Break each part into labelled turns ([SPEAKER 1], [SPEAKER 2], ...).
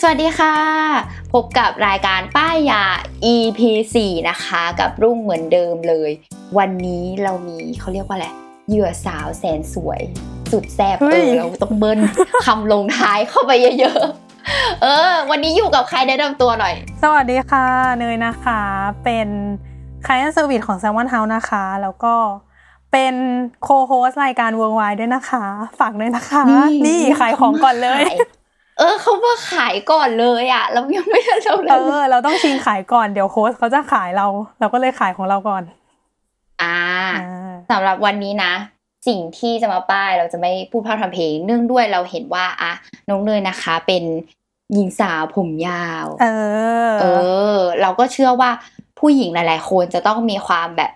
[SPEAKER 1] สวัสดีค่ะ พบกับรายการป้ายยา EP 4นะคะ กับรุ่งเหมือนเดิมเลย วันนี้เรามีเขาเรียกว่าอะไรเหยื่อสาวแสนสวย สุดแซ่บเออเราต้องเบิ้ล คำลงท้ายเข้าไปเยอะๆ เออ วันนี้อยู่กับใครแนะนำตัวหน่อย
[SPEAKER 2] สวัสดีค่ะ เนยนะคะ เป็นค l i เ n t s เซอร์วิสของ s ซ l m o n House นะคะ แล้วก็เป็นโคโฮสรายการ Worldwide ด้วยนะคะ ฝากด้วยนะคะ นี่ขายของก่อนเลย
[SPEAKER 1] ขาเออเขามาขายก่อนเลยอ่ะเรายังไม่ได้เล่าเล
[SPEAKER 2] เอย อ เราต้องชิงขายก่อน เดี๋ยวโค้ชเขาจะขายเรา เราก็เลยขายของเราก่อน
[SPEAKER 1] อ่า
[SPEAKER 2] อ่า
[SPEAKER 1] สำหรับวันนี้นะ สิ่งที่จะมาป้ายเราจะไม่พูดพร่ำทำเพลง เนื่องด้วยเราเห็นว่าอ่ะน้องเนยนะคะ เป็นหญิงสาวผมยาว
[SPEAKER 2] เออ
[SPEAKER 1] เออ เราก็เชื่อว่าผู้หญิงหลาย ๆ คนจะต้องมีความแบบ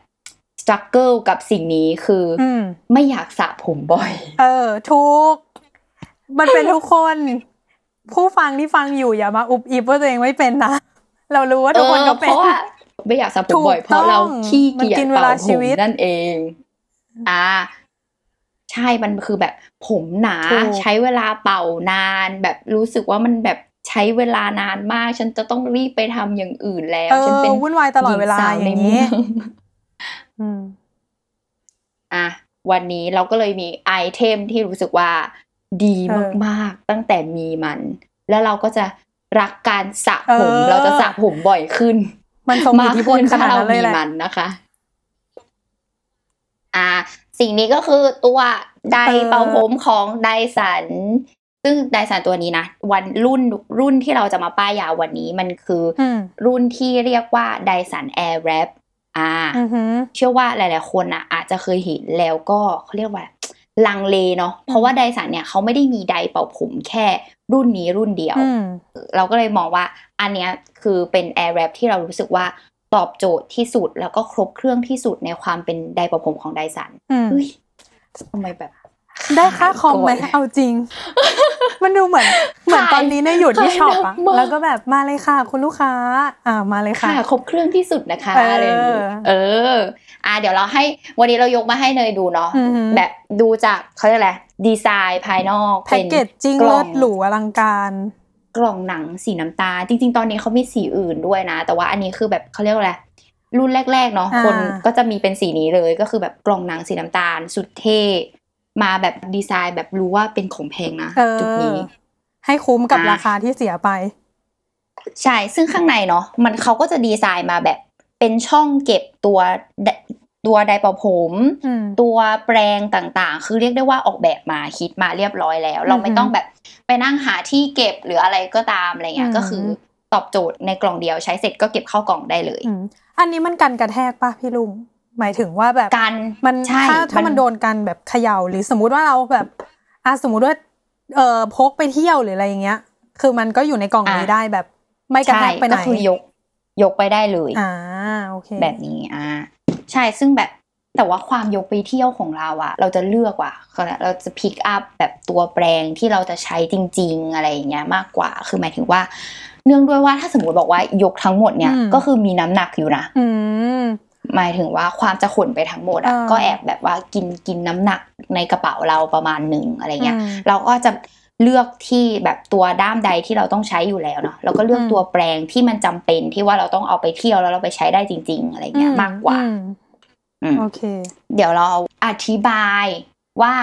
[SPEAKER 1] สครั g เกิลกับสิ่งนี้คืออ
[SPEAKER 2] ม
[SPEAKER 1] ไม่อยากสระผมบ่อย
[SPEAKER 2] เออ ทุก มันเป็นทุกคน ผู้ฟังที่ฟังอยู่อย่ามาอุบอิบว่าตัวเองไม่เป็นนะ เรารู้ว่าทุกคนก็เป็น
[SPEAKER 1] ออราะว่าไม่อยากสระผม
[SPEAKER 2] ถูก
[SPEAKER 1] บ่อยเพราะเราขี้เกียจ
[SPEAKER 2] มันกินเว
[SPEAKER 1] เป่า
[SPEAKER 2] ลา
[SPEAKER 1] ผ
[SPEAKER 2] ชี
[SPEAKER 1] ม
[SPEAKER 2] วิต
[SPEAKER 1] นั่นเอง อ่า ใช่มันคือแบบผมหนา
[SPEAKER 2] ถูก
[SPEAKER 1] ใช้เวลาเป่านาน แบบรู้สึกว่ามันแบบใช้เวลานานมาก ฉันจะต้องรีบไปทำอย่างอื่นแล้ว
[SPEAKER 2] เอ
[SPEAKER 1] ฉัน
[SPEAKER 2] อ
[SPEAKER 1] เป็น
[SPEAKER 2] วุ่นวายตลอดเวลา
[SPEAKER 1] หญิส
[SPEAKER 2] อย่า
[SPEAKER 1] ใน
[SPEAKER 2] ง
[SPEAKER 1] เมื
[SPEAKER 2] นี้
[SPEAKER 1] อง
[SPEAKER 2] อืม
[SPEAKER 1] อ่ะวันนี้เราก็เลยมีไอเทมที่รู้สึกว่าดี
[SPEAKER 2] เออ
[SPEAKER 1] มากๆตั้งแต่มีมัน แล้วเราก็จะรักการสระผม
[SPEAKER 2] เออ
[SPEAKER 1] เราจะสระผมบ่อยขึ้น
[SPEAKER 2] มันทรงอิทธิพลขนาดนั้นเลยแหละ
[SPEAKER 1] มกขึ้ถ้ารามีมันนะคะ อ่า สิ่งนี้ก็คือตัวไดร์
[SPEAKER 2] เออ
[SPEAKER 1] เป่าผมของไดสัน ซึ่งไดสันตัวนี้นะ วันรุ่นรุ่นที่เราจะมาป้ายยาวันนี้มันคืออ
[SPEAKER 2] อืม
[SPEAKER 1] รุ่นที่เรียกว่าไดสันแอร์แรปอ่า
[SPEAKER 2] อือหือ
[SPEAKER 1] เชื่อว่าหลาย ๆ คนนะอาจจะเคยเห็นแล้วก็เขาเรียกว่า ลังเลเนาะ เพราะว่าไดสันเนี่ยเขาไม่ได้มีไดร์เป่าผมแค่รุ่นนี้รุ่นเดียว
[SPEAKER 2] อืม
[SPEAKER 1] เราก็เลยมองว่าอันเนี้ยคือเป็น Air Wrap ที่เรารู้สึกว่าตอบโจทย์ที่สุดแล้วก็ครบเครื่องที่สุดในความเป็นไดร์เป่าผมของไดสัน
[SPEAKER 2] อืม
[SPEAKER 1] เฮ้ยทำไมแบบ
[SPEAKER 2] ได้ค่าคอมไหม
[SPEAKER 1] ขายก่อน
[SPEAKER 2] เอา จริง มันดูเหมือน เหมือนตอนนี้เนี่ยอยู่ที่
[SPEAKER 1] ขาย
[SPEAKER 2] ช็อปอะ
[SPEAKER 1] น้ำมัน
[SPEAKER 2] แล้วก็แบบมาเลยค่ะ คุณลูกค้า อ่ามาเลยค่ะ
[SPEAKER 1] ค่ะครบเครื่องที่สุดนะคะ
[SPEAKER 2] เอออ
[SPEAKER 1] อะไรอย่างงี้เออ อ่ะเดี๋ยวเราให้วันนี้เรายกมาให้เนยดูเนาะ
[SPEAKER 2] อือฮึ
[SPEAKER 1] แบบดูจากเขาเรียกอะไรดีไซน์ภายนอก
[SPEAKER 2] แพ็ก
[SPEAKER 1] น
[SPEAKER 2] เกจจิ้ง
[SPEAKER 1] ก
[SPEAKER 2] เลิ
[SPEAKER 1] อ
[SPEAKER 2] ศหรูอลังการ
[SPEAKER 1] กล่องหนังสีน้ำตาลจริง ๆ ตอนนี้เขามีสีอื่นด้วยนะ แต่ว่าอันนี้คือแบบเขาเรียกว่าอะไรรุ่นแรก ๆ เนาะ
[SPEAKER 2] อ่า
[SPEAKER 1] คนก็จะมีเป็นสีนี้เลยก็คือแบบกล่องหนังสีน้ำตาล สุดเท่มาแบบดีไซน์แบบรู้ว่าเป็นของแพงนะ
[SPEAKER 2] เออ
[SPEAKER 1] จุดนี้
[SPEAKER 2] ให้คุ้มกับ
[SPEAKER 1] อ่ะ
[SPEAKER 2] ราคาที่เสียไป
[SPEAKER 1] ใช่ ซึ่งข้างในเนาะ มันเขาก็จะดีไซน์มาแบบเป็นช่องเก็บตัวไดตัวไดร์เป่าผม
[SPEAKER 2] อืม
[SPEAKER 1] ตัวแปรงต่างๆ คือเรียกได้ว่าออกแบบมาคิดมาเรียบร้อยแล้ว เราไม่
[SPEAKER 2] อือฮึ
[SPEAKER 1] ต้องแบบไปนั่งหาที่เก็บหรืออะไรก็ตามอะไรเงี้ย
[SPEAKER 2] อืม
[SPEAKER 1] ก็คือตอบโจทย์ในกล่องเดียวใช้เสร็จก็เก็บเข้ากล่องได้เลย
[SPEAKER 2] อืมอันนี้มันกันกระแทกปะพี่ลุง หมายถึงว่าแบบ
[SPEAKER 1] กัน
[SPEAKER 2] มัน
[SPEAKER 1] ใช่
[SPEAKER 2] ถ้าถ้า
[SPEAKER 1] มั
[SPEAKER 2] มัน
[SPEAKER 1] น
[SPEAKER 2] โดนกันแบบเขย่าหรือสมมุติว่าเราแบบอ่ะสมมุติว่าเอ่อพกไปเที่ยวหรืออะไรอย่างเงี้ย คือมันก็อยู่ในกล่องนี้ได้แบบ ไม่กระแท
[SPEAKER 1] ใช่
[SPEAKER 2] กไปไหน
[SPEAKER 1] ก็คือยกยกไปได้เลย
[SPEAKER 2] อ่าโอเค
[SPEAKER 1] แบบนี้อ่าใช่ซึ่งแบบแต่ว่าความยกไปเที่ยวของเราอะเราจะเลือกว่ะเราจะพิกอัพแบบตัวแปรงที่เราจะใช้จริง ๆ อะไรอย่างเงี้ยมากกว่า คือหมายถึงว่า เนื่องด้วยว่าถ้าสมมติบอกว่ายกทั้งหมดเนี่ย
[SPEAKER 2] อืม
[SPEAKER 1] ก็คือมีน้ำหนักอยู่นะ
[SPEAKER 2] อืม
[SPEAKER 1] หมายถึงว่าความจะขนไปทั้งหมดอะ
[SPEAKER 2] อ่า
[SPEAKER 1] ก็แอบแบบว่ากินกินน้ำหนักในกระเป๋าเราประมาณหนึ่งอะไรเงี้ย
[SPEAKER 2] อืม
[SPEAKER 1] เราก็จะ เลือกที่แบบตัวด้ามใดที่เราต้องใช้อยู่แล้วเนาะแล้วก็เลือก
[SPEAKER 2] อืม
[SPEAKER 1] ตัวแปรงที่มันจำเป็นที่ว่าเราต้องเอาไปเที่ยวแล้วเราไปใช้ได้จริง ๆ อะไรเงี้ยมากกว่า
[SPEAKER 2] อื
[SPEAKER 1] อืม
[SPEAKER 2] โอเค
[SPEAKER 1] เดี๋ยวเราอธิบายว่า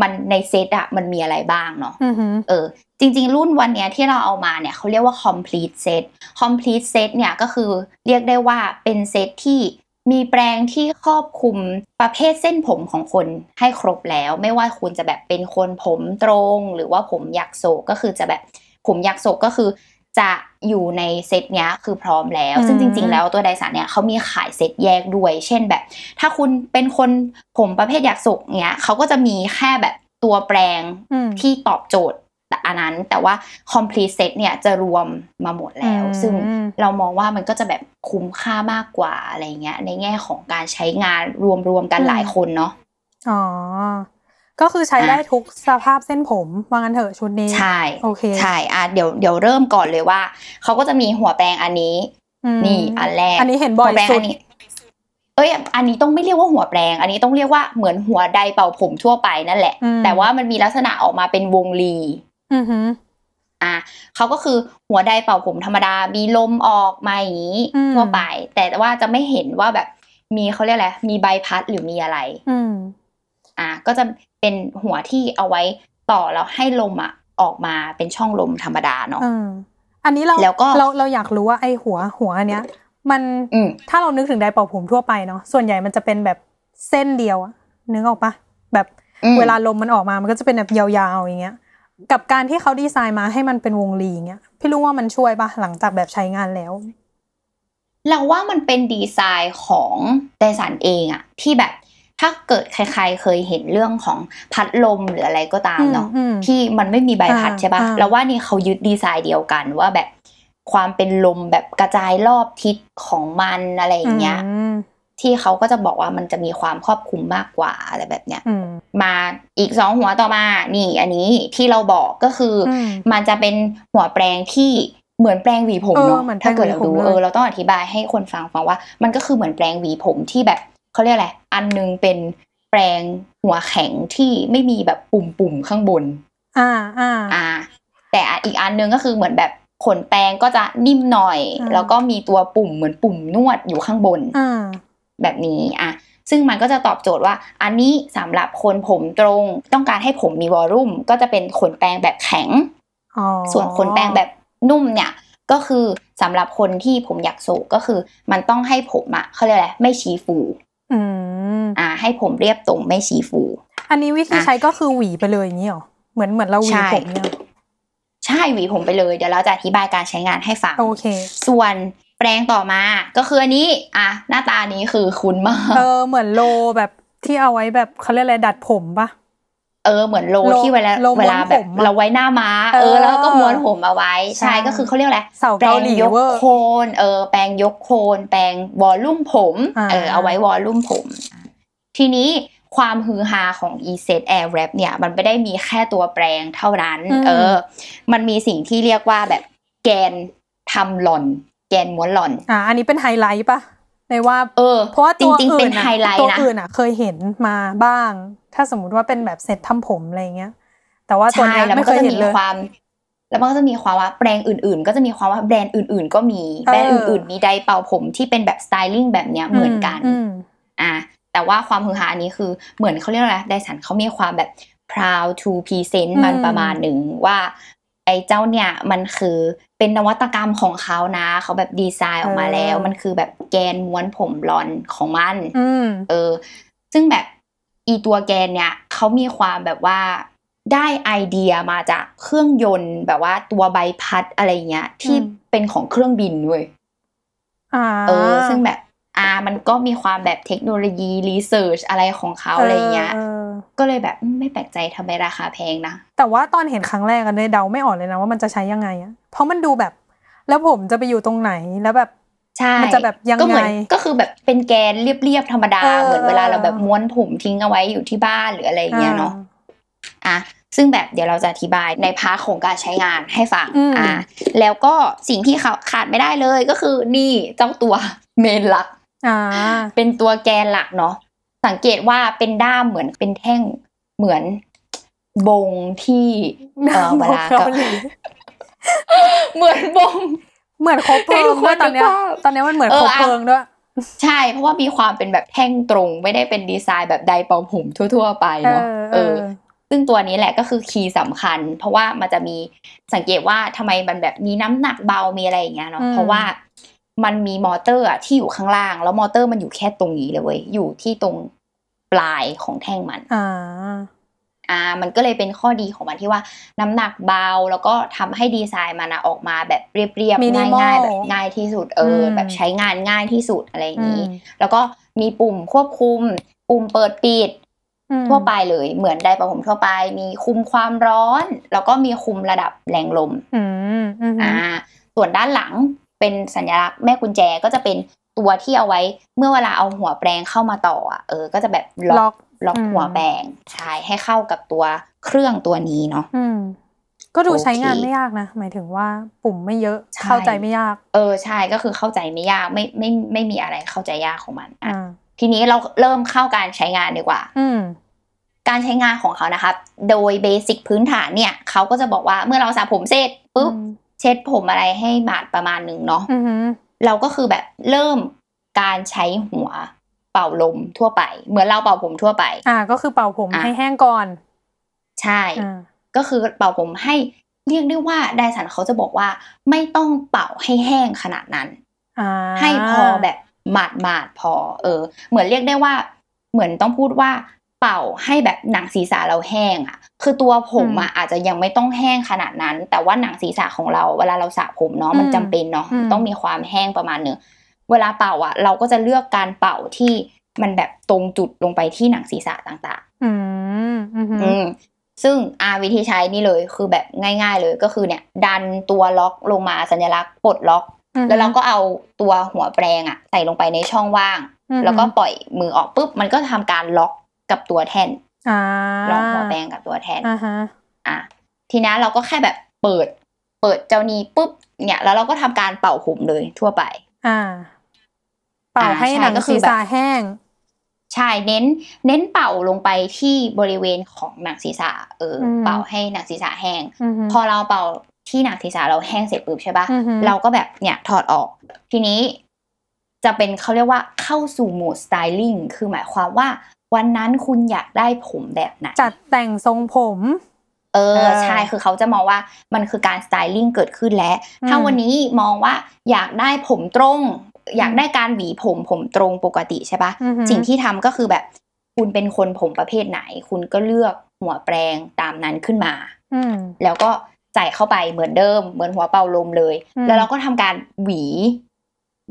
[SPEAKER 1] มันในเซตอะมันมีอะไรบ้างเนาะ
[SPEAKER 2] อือหือ
[SPEAKER 1] เออจริงๆ รุ่นวันเนี้ยที่เราเอามาเนี่ยเขาเรียกว่า complete set complete set เนี่ยก็คือเรียกได้ว่าเป็นเซตที่มีแปรงที่ครอบคลุมประเภทเส้นผมของคนให้ครบแล้ว ไม่ว่าคุณจะแบบเป็นคนผมตรง หรือว่าผมยักโศกก็คือจะแบบผมยักโศกก็คือ จะอยู่ในเซตเนี้ยคือพร้อมแล้ว
[SPEAKER 2] อืม
[SPEAKER 1] ซึ่งจริง ๆ แล้วตัวไดสันเนี่ยเขามีขายเซตแยกด้วย เช่นแบบ ถ้าคุณเป็นคนผมประเภทยักโศกเนี้ยเขาก็จะมีแค่แบบตัวแปรง
[SPEAKER 2] อืม
[SPEAKER 1] ที่ตอบโจทย์อันนั้น แต่ว่า complete set เนี่ยจะรวมมาหมดแล้ว
[SPEAKER 2] อืม
[SPEAKER 1] ซึ่งเรามองว่ามันก็จะแบบคุ้มค่ามากกว่าอะไรเงี้ย ในแง่ของการใช้งานรวมๆกันหลายคนเนาะ
[SPEAKER 2] อ๋อ ก็คือใช้ได้
[SPEAKER 1] อ่ะ
[SPEAKER 2] ทุกสภาพเส้นผมว่างั้นเถอะชุดนี้
[SPEAKER 1] ใช่
[SPEAKER 2] โอเค
[SPEAKER 1] ใช่อ่ะเดี๋ยวเดี๋ยวเริ่มก่อนเลยว่า เขาก็จะมีหัวแปรงอันนี้
[SPEAKER 2] อืม
[SPEAKER 1] นี่อันแรก
[SPEAKER 2] อันนี้เห็นบ่อย
[SPEAKER 1] หัวแปรง
[SPEAKER 2] สุ
[SPEAKER 1] อั
[SPEAKER 2] ด
[SPEAKER 1] นนี้เอ้ย อันนี้ต้องไม่เรียกว่าหัวแปรง อันนี้ต้องเรียกว่าเหมือนหัวไดเป่าผมทั่วไปนั่นแหละ แต่ว่ามันมีลักษณะออกมาเป็นวงรี
[SPEAKER 2] อือหือ
[SPEAKER 1] อ่ะเขาก็คือหัวไดเป่าผมธรรมดา มีลมออกมาอย่างนี้
[SPEAKER 2] อืม
[SPEAKER 1] ทั่วไป แต่ว่าจะไม่เห็นว่าแบบมีเขาเรียกอะไรมีใบพัดหรือมีอะไร
[SPEAKER 2] อืม
[SPEAKER 1] อ่ะก็จะเป็นหัวที่เอาไว้ต่อแล้วให้ลมอ่ะออกมาเป็นช่องลมธรรมดาเนาะ
[SPEAKER 2] เอออันนี้เรา
[SPEAKER 1] แล้วก็
[SPEAKER 2] เราเราอยากรู้ว่าไอหัวหัวอันเนี้ย มัน
[SPEAKER 1] อืม
[SPEAKER 2] ถ้าเรานึกถึงไดร์เป่าผมทั่วไปเนาะส่วนใหญ่มันจะเป็นแบบเส้นเดียวอะนึกออกปะแบบ
[SPEAKER 1] อืม
[SPEAKER 2] เวลาลมมันออกมามันก็จะเป็นแบบยาวๆอย่างเงี้ย กับการที่เขาดีไซน์มาให้มันเป็นวงรีอย่างเงี้ยพี่รู้ว่ามันช่วยปะหลังจากแบบใช้งานแล้ว
[SPEAKER 1] เราว่ามันเป็นดีไซน์ของไดสันเองอะที่แบบถ้าเกิดใครๆเคยเห็นเรื่องของพัดลมหรืออะไรก็ตามเนาะ
[SPEAKER 2] อืมอืม
[SPEAKER 1] ที่มันไม่มีใบพัด
[SPEAKER 2] อ่า
[SPEAKER 1] ใช่ปะ
[SPEAKER 2] อ่า
[SPEAKER 1] เราว่านี่เขายึดดีไซน์เดียวกันว่าแบบความเป็นลมแบบกระจายรอบทิศของมันอะไรอย่างเงี้ย
[SPEAKER 2] ม
[SPEAKER 1] ที่เขาก็จะบอกว่ามันจะมีความครอบคลุมมากกว่าอะไรแบบเนี้ย
[SPEAKER 2] อืม
[SPEAKER 1] มาอีกสองหัวต่อมา นี่ อันนี้ที่เราบอกก็คืออ
[SPEAKER 2] ม
[SPEAKER 1] มันจะเป็นหัวแปรงที่เหมือนแปรงหวีผม
[SPEAKER 2] เออ
[SPEAKER 1] เนาะ
[SPEAKER 2] เหมือนแปรง
[SPEAKER 1] ถ้าเกิดเราดู
[SPEAKER 2] หวีผมเลย
[SPEAKER 1] เออเราต้องอธิบายให้คนฟังฟังว่า มันก็คือเหมือนแปรงหวีผมที่แบบเขาเรียกอะไรอันหนึงเป็นแปรงหัวแข็งที่ไม่มีแบบปุ่มปุ่มๆข้างบน
[SPEAKER 2] อ่าอ่า
[SPEAKER 1] อ่า แต่อีกอันหนึงก็คือเหมือนแบบขนแปรงก็จะนิ่มหน่อย
[SPEAKER 2] อ่า
[SPEAKER 1] แล้วก็มีตัวปุ่มเหมือนปุ่มนวดอยู่ข้างบน
[SPEAKER 2] อ่า
[SPEAKER 1] แบบนี้อ่ะซึ่งมันก็จะตอบโจทย์ว่า อันนี้สำหรับคนผมตรง ต้องการให้ผมมีวอลลุ่ม ก็จะเป็นขนแปรงแบบแข็ง
[SPEAKER 2] อ๋อ
[SPEAKER 1] ส่วนขนแปรงแบบนุ่มเนี่ยก็คือสำหรับคนที่ผมอยากโศกก็คือ มันต้องให้ผมอะเขาเรียกอะไรไม่ชี้ฟู
[SPEAKER 2] อืม
[SPEAKER 1] อ่าให้ผมเรียบตรงไม่ชี้ฟู
[SPEAKER 2] อันนี้วิธี
[SPEAKER 1] อ่ะ
[SPEAKER 2] ใช้ก็คือหวีไปเลยอย่างนี้หรอเหมือนเหมือนเราหวี
[SPEAKER 1] ใช่
[SPEAKER 2] ผมเนี่ย
[SPEAKER 1] ใช่หวีผมไปเลย เดี๋ยวเราจะอธิบายการใช้งานให้ฟัง
[SPEAKER 2] โอเค
[SPEAKER 1] ส่วนแปรงต่อมาก็คืออันนี้อ่ะหน้าตานี้คือคุ้นมาก
[SPEAKER 2] เออเหมือนโลแบบที่เอาไว้แบบเขาเรียกอะไรดัดผมปะ
[SPEAKER 1] เออเหมือนโล
[SPEAKER 2] โล
[SPEAKER 1] ที่เวลา
[SPEAKER 2] โลม้วน
[SPEAKER 1] เวลาแบบ
[SPEAKER 2] ผมอะ
[SPEAKER 1] เราไว้หน้าม้า
[SPEAKER 2] เออ
[SPEAKER 1] เออ แล้วก็ม้วนผมเอาไว้
[SPEAKER 2] ใช่
[SPEAKER 1] ใช่ก็คือเขาเรียกแหละไร
[SPEAKER 2] เสา
[SPEAKER 1] แปร
[SPEAKER 2] เกาง หลี
[SPEAKER 1] ยก
[SPEAKER 2] เวอร์
[SPEAKER 1] โคนเออแปรงยกโคนแปรงวอลลุ่มผม
[SPEAKER 2] อ่า
[SPEAKER 1] เออเอาไว้วอลลุ่มผม ทีนี้ความฮือฮาของ e s e t air wrap เนี่ย มันไม่ได้มีแค่ตัวแปรงเท่านั้น เออ มันมีสิ่งที่เรียกว่าแบบแกนทำหล่อน แกนม้วนหล่อน
[SPEAKER 2] อ่ะอันนี้เป็นไฮไลท์ปะในว่า
[SPEAKER 1] เออ
[SPEAKER 2] เพราะว่าตัว
[SPEAKER 1] จริงๆ
[SPEAKER 2] อื่
[SPEAKER 1] เป็น
[SPEAKER 2] นอะ
[SPEAKER 1] ไฮไลท์
[SPEAKER 2] ตัว
[SPEAKER 1] นะ
[SPEAKER 2] อื่นอ่ะ เคยเห็นมาบ้าง ถ้าสมมติว่าเป็นแบบเซ็ตทำผมอะไรเงี้ย แต่ว่าตัว
[SPEAKER 1] ใช่
[SPEAKER 2] เนี้ย
[SPEAKER 1] แล้วมั
[SPEAKER 2] ไม่
[SPEAKER 1] น
[SPEAKER 2] เค
[SPEAKER 1] ก็
[SPEAKER 2] ย
[SPEAKER 1] จะ
[SPEAKER 2] เห็น
[SPEAKER 1] มี
[SPEAKER 2] เลย
[SPEAKER 1] ความ แล้วมันก็จะมีความว่าแบรนด์อื่น ๆ ก็จะมีความว่าแบรนด์อื่น ๆ ก็มี
[SPEAKER 2] เออ
[SPEAKER 1] แบรนด์อื่น ๆ มีไดร์เป่าผมที่เป็นแบบสไตลิ่งแบบเนี้ยเหมือนกัน
[SPEAKER 2] อืม
[SPEAKER 1] อ่ะแต่ว่าความฮือฮาอันนี้คือเหมือนเขาเรียกว่าอะไรไดสันเขามีความแบบ proud to present มันประมาณหนึ่งว่า ไอ้เจ้าเนี่ยมันคือเป็นนวัตกรรมของเขานะ เขาแบบดีไซน์ออกมาแล้ว มันคือแบบแกนม้วนผมรอนของมัน
[SPEAKER 2] อืม
[SPEAKER 1] เออ ซึ่งแบบอีตัวแกนเนี่ยเขามีความแบบว่าได้ไอเดียมาจากเครื่องยนต์แบบว่าตัวใบพัดอะไรเงี้ยที่เป็นของเครื่องบินเว้ย
[SPEAKER 2] อ่า
[SPEAKER 1] เออ ซึ่งแบบอ่ามันก็มีความแบบเทคโนโลยีรีเสิร์ชอะไรของเขา
[SPEAKER 2] เออ
[SPEAKER 1] อะไรเงี้ย
[SPEAKER 2] เออ
[SPEAKER 1] ก็เลยแบบอืมไม่แปลกใจทำไมราคาแพงนะ
[SPEAKER 2] แต่ว่าตอนเห็นครั้งแรกกันเลยเดาไม่ออกเลยนะว่ามันจะใช้ยังไงอะเพราะมันดูแบบ แล้วผมจะไปอยู่ตรงไหนแล้วแบบ
[SPEAKER 1] ใช่
[SPEAKER 2] มันจะแบบยังไง
[SPEAKER 1] ก็เหมือนก็คือแบบเป็นแกนเรียบๆธรรมดา
[SPEAKER 2] เออ
[SPEAKER 1] เหมือนเวลาเราแบบม้วนผมทิ้งเอาไว้อยู่ที่บ้านหรืออะไรเงี้ยเนาะ อ่ะซึ่งแบบเดี๋ยวเราจะอธิบายในพาร์ทของการใช้งานให้ฟัง
[SPEAKER 2] อืม
[SPEAKER 1] แล้วก็สิ่งที่เขาขาดไม่ได้เลยก็คือนี่เจ้าตัว เมนหลัก
[SPEAKER 2] อ่า
[SPEAKER 1] เป็นตัวแกนหลักเนาะสังเกตว่าเป็นด้ามเหมือนเป็นแท่งเหมือน บงที่ เอ่อเว
[SPEAKER 2] บง
[SPEAKER 1] ลา
[SPEAKER 2] เกา
[SPEAKER 1] กับ
[SPEAKER 2] หลี
[SPEAKER 1] เหมือนบง
[SPEAKER 2] เหมือนคบเพลิ
[SPEAKER 1] ให้
[SPEAKER 2] ง
[SPEAKER 1] ทุกคน
[SPEAKER 2] ด้วยตอนเนี้ย
[SPEAKER 1] นึกภาพ
[SPEAKER 2] ตอนเนี้ยมันเหมือน
[SPEAKER 1] เออ
[SPEAKER 2] คบ
[SPEAKER 1] อ่ะ
[SPEAKER 2] เพลิงด้วย
[SPEAKER 1] ใช่ เพราะว่ามีความเป็นแบบแท่งตรง ไม่ได้เป็นดีไซน์แบบใดเป่าผมทั่ว ๆ ไปเนาะ
[SPEAKER 2] เออเออ
[SPEAKER 1] ซึ่งตัวนี้แหละก็คือคีย์สำคัญ เพราะว่ามันจะมีสังเกตว่าทำไมมันแบบมีน้ำหนักเบามีอะไรอย่างเงี้ย
[SPEAKER 2] อื
[SPEAKER 1] เนาะ
[SPEAKER 2] ม
[SPEAKER 1] เพราะว่ามันมีมอเตอร์อะที่อยู่ข้างล่าง แล้วมอเตอร์มันอยู่แค่ตรงนี้เลยเว้ยอยู่ที่ตรงปลายของแท่งมัน
[SPEAKER 2] อ่า
[SPEAKER 1] อ่ามันก็เลยเป็นข้อดีของมันที่ว่าน้ำหนักเบาแล้วก็ทำให้ดีไซน์มันอะออกมาแบบเรียบๆ
[SPEAKER 2] Minimal
[SPEAKER 1] ง่ายๆแบบง่ายที่สุดเอออ
[SPEAKER 2] ม
[SPEAKER 1] แบบใช้งานง่ายที่สุดอะไรอย่างนี้
[SPEAKER 2] นี้
[SPEAKER 1] แล้วก็มีปุ่มควบคุม ปุ่มเปิดปิดทั่วไปเลยเหมือนไดร์ประผมทั่วไป มีคุมความร้อน แล้วก็มีคุมระดับแรงลม
[SPEAKER 2] อืมอืม
[SPEAKER 1] อ่าส่วนด้านหลังเป็นสัญลักษณ์แม่กุญแจก็จะเป็นตัวที่เอาไว้ เมื่อเวลาเอาหัวแปรงเข้ามาต่ออะเออ ก็จะแบบล็อกล็
[SPEAKER 2] ล็อก
[SPEAKER 1] อก
[SPEAKER 2] อืม
[SPEAKER 1] หัวแปรงใช่ให้เข้ากับตัวเครื่องตัวนี้เนาะ
[SPEAKER 2] อืมก็ดู
[SPEAKER 1] โอเค
[SPEAKER 2] ใช้งานไม่ยากนะ หมายถึงว่าปุ่มไม่เยอะ
[SPEAKER 1] ใช่
[SPEAKER 2] เข้าใจไม่ยาก
[SPEAKER 1] เออใช่ก็คือเข้าใจไม่ยากไม่ไม่ไม่ไม่มีอะไรเข้าใจยากของมันอ่ะ
[SPEAKER 2] อ่า
[SPEAKER 1] ทีนี้เราเริ่มเข้าการใช้งานดีกว่า
[SPEAKER 2] อืม
[SPEAKER 1] การใช้งานของเขานะครับ โดยเบสิกพื้นฐานเนี่ยเขาก็จะบอกว่าเมื่อเราสระผมเสร็จปุ๊บ
[SPEAKER 2] อืม
[SPEAKER 1] เช็ดผมอะไรให้บาดประมาณหนึ่งเนาะ
[SPEAKER 2] อือหือ
[SPEAKER 1] เราก็คือแบบเริ่มการใช้หัวเป่าลมทั่วไป เหมือนเราเป่าผมทั่วไป
[SPEAKER 2] อ่า ก็คือเป่าผม
[SPEAKER 1] อ่ะ
[SPEAKER 2] ให้แห้งก่อน
[SPEAKER 1] ใช่
[SPEAKER 2] อ่า
[SPEAKER 1] ก็คือเป่าผมให้เรียกได้ว่าไดสันเขาจะบอกว่าไม่ต้องเป่าให้แห้งขนาดนั้น
[SPEAKER 2] อ่า
[SPEAKER 1] ให้พอแบบหมาดหมาดๆพอ เออ เหมือนเรียกได้ว่า เหมือนต้องพูดว่าเป่าให้แบบหนังศีรษะเราแห้งอ่ะ คือตัวผมอ่ะอาจจะยังไม่ต้องแห้งขนาดนั้น แต่ว่าหนังศีรษะของเราเวลาเราสระผมเนาะมันจำเป็นเนาะมันต้องมีความแห้งประมาณหนึงเวลาเป่าอ่ะ เราก็จะเลือกการเป่าที่มันแบบตรงจุดลงไปที่หนังศีรษะต่างๆ
[SPEAKER 2] อืมอืมอหือ
[SPEAKER 1] อืมซึ่งอาวิธีใช้นี่เลยคือแบบง่าย ๆ เลยก็คือเนี่ย ดันตัวล็อกลงมาสัญลักษณ์ปลดล็อก
[SPEAKER 2] อือหือ
[SPEAKER 1] แล้วเราก็เอาตัวหัวแปรงอะใส่ลงไปในช่องว่าง
[SPEAKER 2] อืม
[SPEAKER 1] แล้วก็ปล่อยมือออกปุ๊บมันก็ทำการล็อกกับตัวแท่น
[SPEAKER 2] อ่า
[SPEAKER 1] ล็อกหัวแปรงกับตัวแท่น
[SPEAKER 2] อ่าฮะ
[SPEAKER 1] อ่ะทีนี้เราก็แค่แบบเปิด เปิดเจ้านี้ปุ๊บเนี่ยแล้วเราก็ทำการเป่าผมเลยทั่วไป
[SPEAKER 2] อ่า เป่า
[SPEAKER 1] อ่า
[SPEAKER 2] ให้
[SPEAKER 1] ใช่
[SPEAKER 2] หนัง
[SPEAKER 1] ก็คื
[SPEAKER 2] ศีร
[SPEAKER 1] อแบบ
[SPEAKER 2] ษะแห้ง
[SPEAKER 1] ใช่เน้น เน้นเป่าลงไปที่บริเวณของหนังศีรษะเอออ
[SPEAKER 2] ม
[SPEAKER 1] เป่าให้หนังศีรษะแห้ง
[SPEAKER 2] อือหือ
[SPEAKER 1] พอเราเป่าที่หนังศีรษะเราแห้งเสร็จปุ๊บใช่ปะ
[SPEAKER 2] อือฮึ
[SPEAKER 1] เราก็แบบเนี่ยถอดออก ทีนี้จะเป็นเขาเรียกว่าเข้าสู่โหมดสไตลิ่งคือหมายความว่า วันนั้นคุณอยากได้ผมแบบไหน
[SPEAKER 2] จัดแต่งทรงผม
[SPEAKER 1] เออ
[SPEAKER 2] เออ
[SPEAKER 1] ใช่คือเขาจะมองว่ามันคือการสไตลิ่งเกิดขึ้นแล้ว
[SPEAKER 2] อืม
[SPEAKER 1] ถ้าวันนี้มองว่าอยากได้ผมตรง อยากได้การหวีผมผมตรงปกติใช่ปะ
[SPEAKER 2] อือหือ
[SPEAKER 1] สิ่งที่ทำก็คือแบบคุณเป็นคนผมประเภทไหน คุณก็เลือกหัวแปรงตามนั้นขึ้นมา
[SPEAKER 2] อืม
[SPEAKER 1] แล้วก็ใส่เข้าไปเหมือนเดิม เหมือนหัวเป่าลมเลย
[SPEAKER 2] อืม
[SPEAKER 1] แล้วเราก็ทำการหวี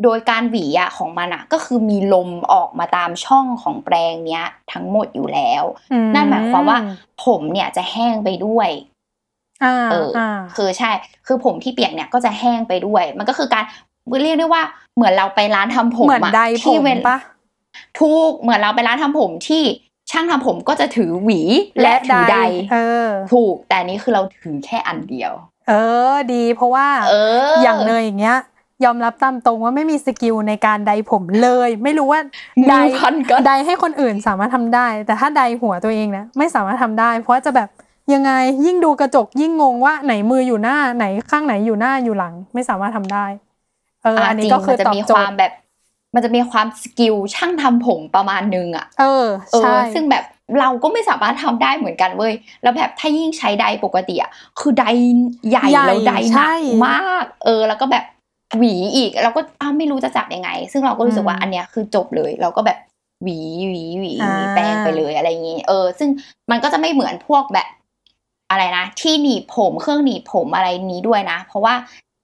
[SPEAKER 1] โดยการหวีอะของมันอะก็คือมีลมออกมาตามช่องของแปรงเนี้ย ทั้งหมดอยู่แล้ว
[SPEAKER 2] อื
[SPEAKER 1] นั่นหมายความว่าผมเนี่ยจะแห้งไปด้วย
[SPEAKER 2] อ่า
[SPEAKER 1] เอออ
[SPEAKER 2] อ่า
[SPEAKER 1] คือใช่ คือผมที่เปียกเนี่ยก็จะแห้งไปด้วย มันก็คือการเรียกได้ว่าเหมือนเราไปร้านทำผม
[SPEAKER 2] เหมือน
[SPEAKER 1] อะ
[SPEAKER 2] ใดผ
[SPEAKER 1] ที่
[SPEAKER 2] ม
[SPEAKER 1] เว้น
[SPEAKER 2] ปะ
[SPEAKER 1] ถูกเหมือนเราไปร้านทำผมที่ช่างทำผมก็จะถือหวีและ
[SPEAKER 2] และ
[SPEAKER 1] ถือ
[SPEAKER 2] ใด
[SPEAKER 1] ใด
[SPEAKER 2] เออ
[SPEAKER 1] ถูก แต่อันนี้คือเราถือแค่อันเดียว
[SPEAKER 2] เออ ดีเพราะว่า
[SPEAKER 1] เอออ
[SPEAKER 2] อย่างเนยอย่างเงี้ย ยอมรับตามตรงว่าไม่มีสกิลในการใดผมเลย ไม่รู้ว่า
[SPEAKER 1] มื
[SPEAKER 2] ใด
[SPEAKER 1] อพันกัน
[SPEAKER 2] ใดให้คนอื่นสามารถทำได้ แต่ถ้าใดหัวตัวเองนะไม่สามารถทำได้ เพราะจะแบบยังไงยิ่งดูกระจกยิ่งงงว่าไหนมืออยู่หน้าไหนข้างไหนอยู่หน้าอยู่หลัง ไม่สามารถทำได้ เออ อันนี้ก็คือ
[SPEAKER 1] จริงๆมัจะ
[SPEAKER 2] ตอบ
[SPEAKER 1] มี
[SPEAKER 2] โจ
[SPEAKER 1] ควา
[SPEAKER 2] ท
[SPEAKER 1] ม
[SPEAKER 2] ย์
[SPEAKER 1] แบบ มันจะมีความสกิลช่างทำผมประมาณนึงอะ
[SPEAKER 2] เออ
[SPEAKER 1] เออ
[SPEAKER 2] ใช่
[SPEAKER 1] ซึ่งแบบเราก็ไม่สามารถทำได้เหมือนกันเว้ย แล้วแบบถ้ายิ่งใช้ไดปกติอะคือไดใหญ่แล้วไดหนัก
[SPEAKER 2] ใช่
[SPEAKER 1] มาก เออ แล้วก็แบบหวีอีกเราก็อ้าวไม่รู้จะจับยังไง ซึ่งเราก็รู้สึกว่า
[SPEAKER 2] อืม
[SPEAKER 1] อันเนี้ยคือจบเลย เราก็แบบหวีหวีหวีหวี
[SPEAKER 2] อ่า
[SPEAKER 1] แปรงไปเลยอะไรอย่างงี้เออ ซึ่งมันก็จะไม่เหมือนพวกแบบ อะไรนะ ที่หนีบผมเครื่องหนีบผมอะไรนี้ด้วยนะ เพราะว่า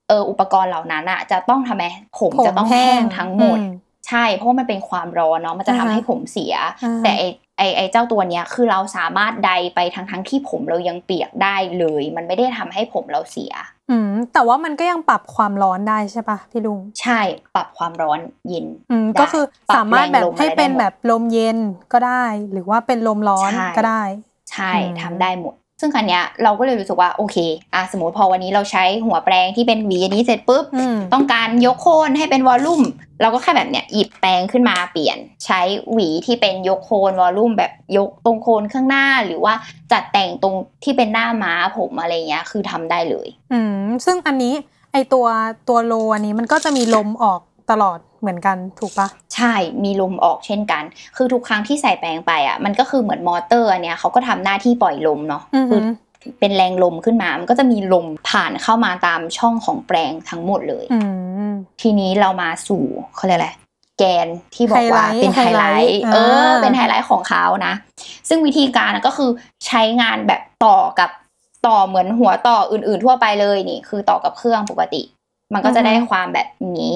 [SPEAKER 1] เอออุปกรณ์เหล่านั้นอะจะต้องทำไมผมจะต้องแห้งทั้งหมด
[SPEAKER 2] อื
[SPEAKER 1] ใช่ เพราะว่ามันเป็นความร้อนเนาะมันจะทำ
[SPEAKER 2] อ่าฮะ
[SPEAKER 1] ให้ผมเสีย
[SPEAKER 2] อ่า
[SPEAKER 1] แต่ไอไอไอเจ้าตัวเนี้ยคือเราสามารถใดไปทั้งทั้งที่ผมเรายังเปียกได้เลย มันไม่ได้ทำให้ผมเราเสีย
[SPEAKER 2] อืมแต่ว่ามันก็ยังปรับความร้อนได้ใช่ปะพี่ลุง
[SPEAKER 1] ใช่ปรับความร้อนเย็น
[SPEAKER 2] อืม
[SPEAKER 1] ได้
[SPEAKER 2] ก็คือสามารถแบบ
[SPEAKER 1] ปรับแรงลม
[SPEAKER 2] ให้เป็น
[SPEAKER 1] อะไรได้หมด
[SPEAKER 2] แบบลมเย็นก็ได้ หรือว่าเป็นลมร้อน
[SPEAKER 1] ใช่
[SPEAKER 2] ก็ได้
[SPEAKER 1] ใช่
[SPEAKER 2] อืม
[SPEAKER 1] ทำได้หมด ซึ่งอันเนี้ยเราก็เลยรู้สึกว่าโอเคอ่ะสมมติพอวันนี้เราใช้หัวแปรงที่เป็นหวีอันนี้เสร็จปุ๊บ
[SPEAKER 2] อืม
[SPEAKER 1] ต้องการยกโค่นให้เป็นวอลลุ่ม เราก็แค่แบบเนี้ยหยิบแปรงขึ้นมาเปลี่ยน ใช้หวีที่เป็นยกโคนวอลลุ่มแบบยกตรงโคนข้างหน้า หรือว่าจัดแต่งตรงที่เป็นหน้าม้าผมอะไรเงี้ยคือทำได้เลย
[SPEAKER 2] อืมซึ่งอันนี้ไอตัวตัวโลอันนี้มันก็จะมีลมออกตลอดเหมือนกันถูกปะ
[SPEAKER 1] ใช่ มีลมออกเช่นกัน คือทุกครั้งที่ใส่แปรงไปอ่ะ มันก็คือเหมือนมอเตอร์อันเนี้ยเขาก็ทำหน้าที่ปล่อยลมเนาะ
[SPEAKER 2] อือ
[SPEAKER 1] คื
[SPEAKER 2] หื
[SPEAKER 1] อ
[SPEAKER 2] อ
[SPEAKER 1] เป็นแรงลมขึ้นมา มันก็จะมีลมผ่านเข้ามาตามช่องของแปรงทั้งหมดเลย
[SPEAKER 2] อืม
[SPEAKER 1] ทีนี้เรามาสู่เขาเรียกอะไรแกนที่บอกว่า
[SPEAKER 2] ไฮไลท์
[SPEAKER 1] เป็นไฮไลท์
[SPEAKER 2] ไฮไลท์
[SPEAKER 1] เออ
[SPEAKER 2] อ่า
[SPEAKER 1] เป็นไฮไลท์ของเขานะ ซึ่งวิธีการก็คือใช้งานแบบต่อกับต่อเหมือนหัวต่ออื่นๆทั่วไปเลยนี่ คือต่อกับเครื่องปกติ มันก็จะได้ความแบบนี้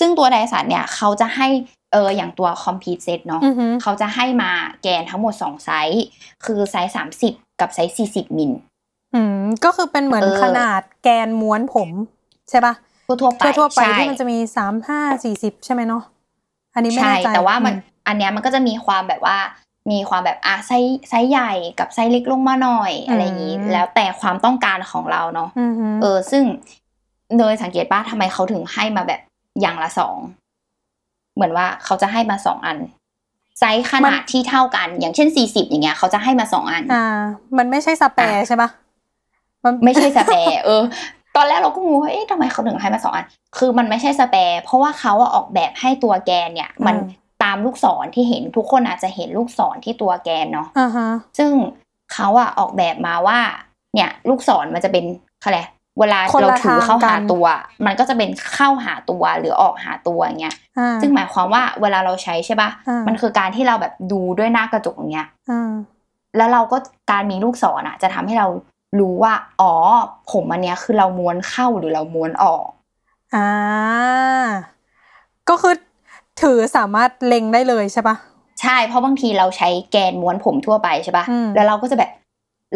[SPEAKER 1] ซึ่งตัวไดสันเนี่ยเขาจะให้เอออย่างตัวคอมพิวเซตเนาะ
[SPEAKER 2] อือหือ
[SPEAKER 1] เขาจะให้มาแกนทั้งหมด 2 ไซส์ คือไซส์ 30 กับไซส์ 40 มิล
[SPEAKER 2] อืมก็คือเป็นเหมือน
[SPEAKER 1] เออ
[SPEAKER 2] ขนาดแกนม้วนผมใช่ปะ
[SPEAKER 1] ทั่วๆไป
[SPEAKER 2] ทั่วๆไป
[SPEAKER 1] ใช่
[SPEAKER 2] ที่มันจะมีสามห้าสี่สิบใช่ไหมเนาะอันนี้ไม่
[SPEAKER 1] ใช่
[SPEAKER 2] แน่ใจ
[SPEAKER 1] แต่ว่ามัน
[SPEAKER 2] อื
[SPEAKER 1] อันเนี้ยมันก็จะมีความแบบว่ามีความแบบอ่ะไซส์ไซส์ใหญ่กับไซส์เล็กลงมาหน่อย
[SPEAKER 2] อืม
[SPEAKER 1] อะไรอย่างนี้ แล้วแต่ความต้องการของเราเนาะ
[SPEAKER 2] อือหือ
[SPEAKER 1] เออซึ่งเนยสังเกตป่ะทำไมเขาถึงให้มาแบบอย่างละสองเหมือนว่าเขาจะให้มาสองอัน ไซส์ขนาดที่เท่ากัน อย่างเช่นสี่สิบอย่างเงี้ยเขาจะให้มาสองอัน
[SPEAKER 2] อ่า มันไม่ใช่สเปรย์ใช่ปะน
[SPEAKER 1] ไม่ใช่สเปร ย์เออ ตอนแรกเราก็งงว่าเอ๊ะทำไมเขาถึงให้มาสองอัน คือมันไม่ใช่สเปรย์เพราะว่าเขาอะออกแบบให้ตัวแกนเนี่ย มัน
[SPEAKER 2] อืม
[SPEAKER 1] ตามลูกศรที่เห็นทุกคนอาจจะเห็นลูกศรที่ตัวแกนเนาะ
[SPEAKER 2] อ่าฮะ
[SPEAKER 1] ซึ่งเขาอะออกแบบมาว่า เนี่ย ลูกศรมันจะเป็นอะไรเวลา
[SPEAKER 2] คน
[SPEAKER 1] เรา
[SPEAKER 2] ละ
[SPEAKER 1] ถือ
[SPEAKER 2] ทาง
[SPEAKER 1] เข้าหา
[SPEAKER 2] กัน
[SPEAKER 1] ตัว มันก็จะเป็นเข้าหาตัวหรือออกหาตัวอย่างเงี้ย
[SPEAKER 2] อ่า
[SPEAKER 1] ซึ่งหมายความว่าเวลาเราใช้ใช่ปะ
[SPEAKER 2] อ่ามั
[SPEAKER 1] มันคือการที่เราแบบดูด้วยหน้ากระจกอย่างเงี้ย
[SPEAKER 2] อ่า
[SPEAKER 1] แล้วเราก็การมีลูกศรอ่ะ จะทำให้เรารู้ว่า อ๋อ ผมอันเนี้ยคือเราม้วนเข้าหรือเราม้วนออก
[SPEAKER 2] อ่า ก็คือถือสามารถเล็งได้เลยใช่ปะ
[SPEAKER 1] ใช่เพราะบางทีเราใช้แกนม้วนผมทั่วไปใช่
[SPEAKER 2] อืม
[SPEAKER 1] ปะ่ะแล้วเราก็จะแบบ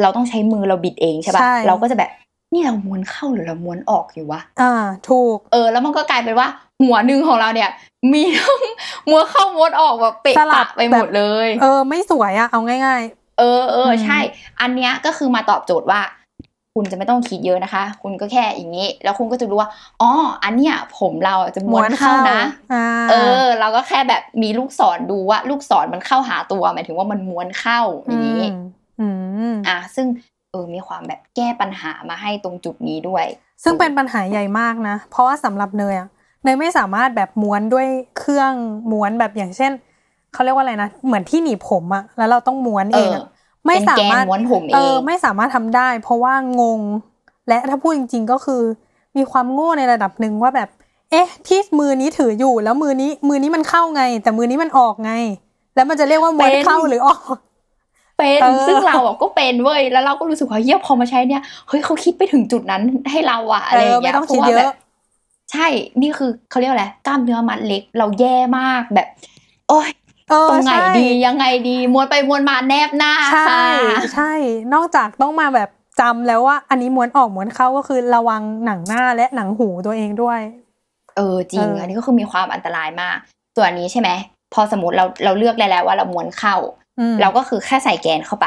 [SPEAKER 1] เราต้องใช้มือเราบิดเองใช่
[SPEAKER 2] ใช่
[SPEAKER 1] ปะ่ะเราก็จะแบบนี่เราม้วนเข้าหรือเราม้วนออกอยู่วะ
[SPEAKER 2] อ่า ถูก
[SPEAKER 1] เออแล้วมันก็กลายเป็นว่าหัวหนึ่งของเราเนี่ย มีทั้ง ม้วนเข้าม้วนออกแบบเปะ
[SPEAKER 2] สลั
[SPEAKER 1] ปะ
[SPEAKER 2] บ
[SPEAKER 1] ไปหมด
[SPEAKER 2] แบบ
[SPEAKER 1] เลย
[SPEAKER 2] เออ ไม่สวยอะเอาง่าย
[SPEAKER 1] เออเออ
[SPEAKER 2] อืม
[SPEAKER 1] ใช่ อันเนี้ยก็คือมาตอบโจทย์ว่า คุณจะไม่ต้องคิดเยอะนะคะ คุณก็แค่อย่างนี้ แล้วคุณก็จะรู้ว่าอ๋ออันเนี้ยผมเราจะ
[SPEAKER 2] ๆ
[SPEAKER 1] ม้วนเข้านะ
[SPEAKER 2] อ่า
[SPEAKER 1] เออ เราก็แค่แบบมีลูกศรดูว่า ลูกศรมันเข้าหาตัวหมายถึงว่ามันม้วนเข้าอ
[SPEAKER 2] อื
[SPEAKER 1] ย่างนี้
[SPEAKER 2] มอืม
[SPEAKER 1] อ่ะซึ่งเออมีความแบบแก้ปัญหามาให้ตรงจุดนี้ด้วย
[SPEAKER 2] ซึ่งเป็นปัญหาใหญ่มากนะ เพราะว่าสำหรับเนยอะเนยไม่สามารถแบบม้วนด้วยเครื่องม้วนแบบอย่างเช่น เขาเรียกว่าอะไรนะ เหมือนที่หนีบผมอะแล้วเราต้องม้วน
[SPEAKER 1] เอ
[SPEAKER 2] เอง
[SPEAKER 1] อ
[SPEAKER 2] อะไม่สามารถ
[SPEAKER 1] เป็นแกนม้วนผมเอง
[SPEAKER 2] เออ ไม่สามารถทำได้ เพราะว่างง และถ้าพูดจริง ๆ ก็คือ มีความโง่ในระดับหนึ่งว่าแบบ เอ๊ะ ที่มือนี้ถืออยู่ แล้วมือนี้มือนี้มันเข้าไง แต่มือนี้มันออกไง แล้วมันจะเรียกว่าม้วน
[SPEAKER 1] เป็น
[SPEAKER 2] เข้าหรือออก
[SPEAKER 1] เป็น
[SPEAKER 2] เออ
[SPEAKER 1] ซึ่งเราอะก็เป็นเว้ยแล้วเราก็รู้สึกว่าเยี่ยพอมาใช้เนี่ยเฮ้ยเขาคิดไปถึงจุดนั้นให้เราอะอะ
[SPEAKER 2] เอ
[SPEAKER 1] ไรอ
[SPEAKER 2] อย่าง ไม่
[SPEAKER 1] เงี้ย
[SPEAKER 2] ต้อง
[SPEAKER 1] เพ
[SPEAKER 2] คิด
[SPEAKER 1] ราะว่า
[SPEAKER 2] เย
[SPEAKER 1] แบ
[SPEAKER 2] อะ
[SPEAKER 1] บ ใช่นี่คือเขาเรียกว่าอะไรกล้ามเนื้อมัดเล็กเราแย่มากแบบ โอ้ย
[SPEAKER 2] เออ
[SPEAKER 1] ตรงไหน
[SPEAKER 2] ใช่
[SPEAKER 1] ดียังไงดีม้วนไปม้วนมาแนบหน้า
[SPEAKER 2] ใช่
[SPEAKER 1] ค่ะ
[SPEAKER 2] ใช่ นอกจากต้องมาแบบจำแล้วว่า อันนี้ม้วนออกม้วนเข้าก็คือระวังหนังหน้าและหนังหูตัวเองด้วย
[SPEAKER 1] เออจริง
[SPEAKER 2] เอออั
[SPEAKER 1] อันนี้ก็คือมีความอันตรายมาก ส่วนอันนี้ใช่ไหมพอสมมติเราเราเลือกได้แล้วว่าเราม้วนเข้า
[SPEAKER 2] อืม
[SPEAKER 1] เราก็คือแค่ใส่แกนเข้าไป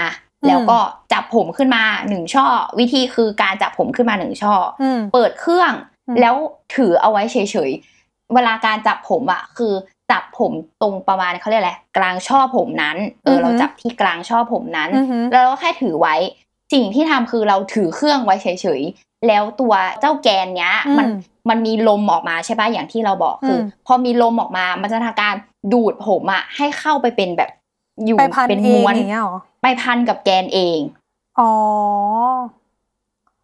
[SPEAKER 1] อ่ะ
[SPEAKER 2] อืม
[SPEAKER 1] แล้วก็จับผมขึ้นมาหนึ่งช่อ วิธีคือการจับผมขึ้นมาหนึ่งช่อ
[SPEAKER 2] อืม
[SPEAKER 1] เปิดเครื่อง
[SPEAKER 2] อืม
[SPEAKER 1] แล้วถือเอาไว้เฉยๆ เวลาการจับผมอะคือจับผมตรงประมาณเขาเรียกอะไรกลางช่อผมนั้นเออเราจับที่กลางช่อผมนั้น
[SPEAKER 2] อือหือ
[SPEAKER 1] แล้วเราก็แค่ถือไว้สิ่งที่ทำคือเราถือเครื่องไว้เฉยๆ แล้วตัวเจ้าแกนเนี้ย
[SPEAKER 2] อืม
[SPEAKER 1] มันมันมีลมออกมาใช่ปะอย่างที่เราบอกคืออ
[SPEAKER 2] ม
[SPEAKER 1] พอมีลมออกมามันจะทำการดูดผมอะให้เข้าไปเป็นแบบอยู่
[SPEAKER 2] ไปพัน
[SPEAKER 1] เป็น
[SPEAKER 2] เอง
[SPEAKER 1] ม้วน
[SPEAKER 2] อย่างเงี้ยเหรอ
[SPEAKER 1] ไปพันกับแกนเอง
[SPEAKER 2] อ๋อ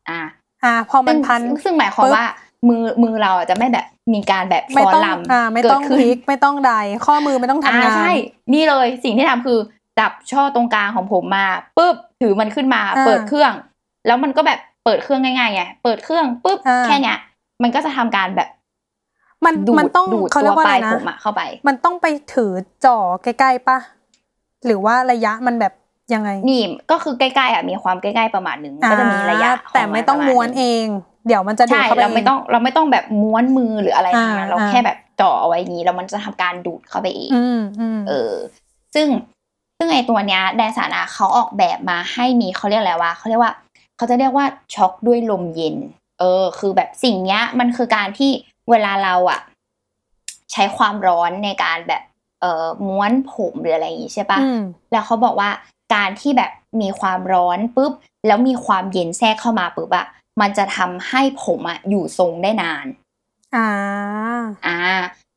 [SPEAKER 1] อ่า
[SPEAKER 2] อ่า พอมันพัน
[SPEAKER 1] ซึ่งซึ่งหมายความ
[SPEAKER 2] ปึ๊บ
[SPEAKER 1] ว่ามือมือเราอ่ะจะไม่แบบมีการแบบ
[SPEAKER 2] ไม่
[SPEAKER 1] ฟ้อน
[SPEAKER 2] ต้อง
[SPEAKER 1] ลำ
[SPEAKER 2] อ่า ไม่ต้อง
[SPEAKER 1] เกิด
[SPEAKER 2] พ
[SPEAKER 1] ขึ้น
[SPEAKER 2] ลิกไม่ต้องใด ข้อมือไม่ต้องทำ
[SPEAKER 1] อ่าง
[SPEAKER 2] าน
[SPEAKER 1] ใช่ นี่เลยสิ่งที่ทำคือจับช่อตรงกลางของผมมาปุ๊บถือมันขึ้นมา
[SPEAKER 2] อ่า
[SPEAKER 1] เปิดเครื่อง แล้วมันก็แบบเปิดเครื่องง่ายๆไงเปิดเครื่องปุ๊บ
[SPEAKER 2] อ่า
[SPEAKER 1] แค่เนี้ยมันก็จะทำการแบบ
[SPEAKER 2] มัน
[SPEAKER 1] ดูด
[SPEAKER 2] มันต้อง
[SPEAKER 1] ดูด
[SPEAKER 2] เขา
[SPEAKER 1] ตั
[SPEAKER 2] เรียว กว่า
[SPEAKER 1] ป
[SPEAKER 2] อะ
[SPEAKER 1] ลาย
[SPEAKER 2] ไรนะ
[SPEAKER 1] ผมอะเข้าไป
[SPEAKER 2] มันต้องไปถือจ่อใกล้ๆปะหรือว่าระยะมันแบบยังไง
[SPEAKER 1] นี่ก็คือใกล้ๆอ่ะมีความใกล้ๆประมาณหนึ่งมันก็จะมีระยะ
[SPEAKER 2] อ่าแต่ไม่ต้องม้วน
[SPEAKER 1] เอง
[SPEAKER 2] เอง เดี๋ยวมันจะดูด
[SPEAKER 1] ใช่
[SPEAKER 2] เข้าไป
[SPEAKER 1] เราไม่
[SPEAKER 2] เ
[SPEAKER 1] ต้องเราไม่ต้องแบบม้วนมือหรืออะไรทั้งนั้น
[SPEAKER 2] อ่า
[SPEAKER 1] เรา
[SPEAKER 2] อ่า
[SPEAKER 1] แค่แบบจ่อเอาไว้อย่างนี้แล้วมันจะทำการดูดเข้าไปเอง
[SPEAKER 2] อืมอืม
[SPEAKER 1] เออ ซึ่งซึ่งไอตัวเนี้ยแดนสานาเขาออกแบบมาให้มีเขาเรียกอะไรวะเขาเรียกว่าเขาจะเรียกว่าช็อกด้วยลมเย็น เออ คือแบบสิ่งเนี้ย มันคือการที่เวลาเราอะใ ใช้ความร้อนในการแบบเอ่อม้วนผมหรืออะไรอย่างงี้ใช่ปะ
[SPEAKER 2] อืม
[SPEAKER 1] แล้วเขาบอกว่าการที่แบบมีความร้อนปุ๊บ แล้วมีความเย็นแทรกเข้ามาปุ๊บอะมันจะทำให้ผมอะอยู่ทรงได้นาน
[SPEAKER 2] อ่า
[SPEAKER 1] อ่า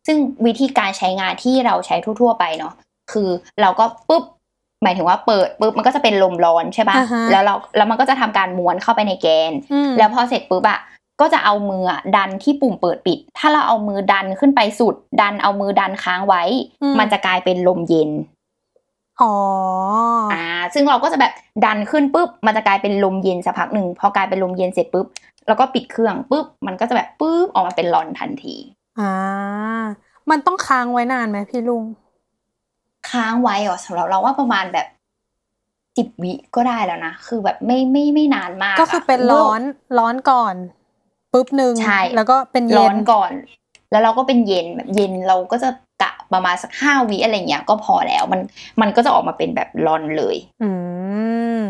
[SPEAKER 1] ซึ่งวิธีการใช้งานที่เราใช้ทั่ว ๆ ไปเนาะคือเราก็ปุ๊บ หมายถึงว่าเปิดปุ๊บมันก็จะเป็นลมร้อนใช่ปะ
[SPEAKER 2] อ่าฮะ
[SPEAKER 1] แล้วเราแล้วมันก็จะทำการม้วนเข้าไปในแกน
[SPEAKER 2] อืม
[SPEAKER 1] แล้วพอเสร็จปุ๊บอะก็จะเอามืออะดันที่ปุ่มเปิดปิด ถ้าเราเอามือดันขึ้นไปสุด ดันเอามือดันค้างไว้ มันจะกลายเป็นลมเย็น
[SPEAKER 2] อ๋อ
[SPEAKER 1] อ่าซึ่งเราก็จะแบบดันขึ้นปุ๊บ มันจะกลายเป็นลมเย็นสักพักหนึ่งพอกลายเป็นลมเย็นเสร็จปุ๊บ แล้วก็ปิดเครื่องปุ๊บ มันก็จะแบบปุ๊บออกมาเป็นร้อนทันที
[SPEAKER 2] อ่า มันต้องค้างไว้นานไหมพี่ลุง
[SPEAKER 1] ค้างไว้เหรอสำหรับเราว่าประมาณแบบสิบวิก็ได้แล้วนะ คือแบบไม่ไม่ไม่นานมากะ
[SPEAKER 2] ก็คือเป็นร้อนร้อนก่อนปุ๊บหนึ่ง
[SPEAKER 1] ใช่
[SPEAKER 2] แล้วก็เป็นเย็น
[SPEAKER 1] ร้อนก่อน แล้วเราก็เป็นเย็นแบบเย็นเราก็จะกะประมาณสักห้าวิอะไรเงี้ยก็พอแล้วมันมันก็จะออกมาเป็นแบบร้อนเลย
[SPEAKER 2] อืม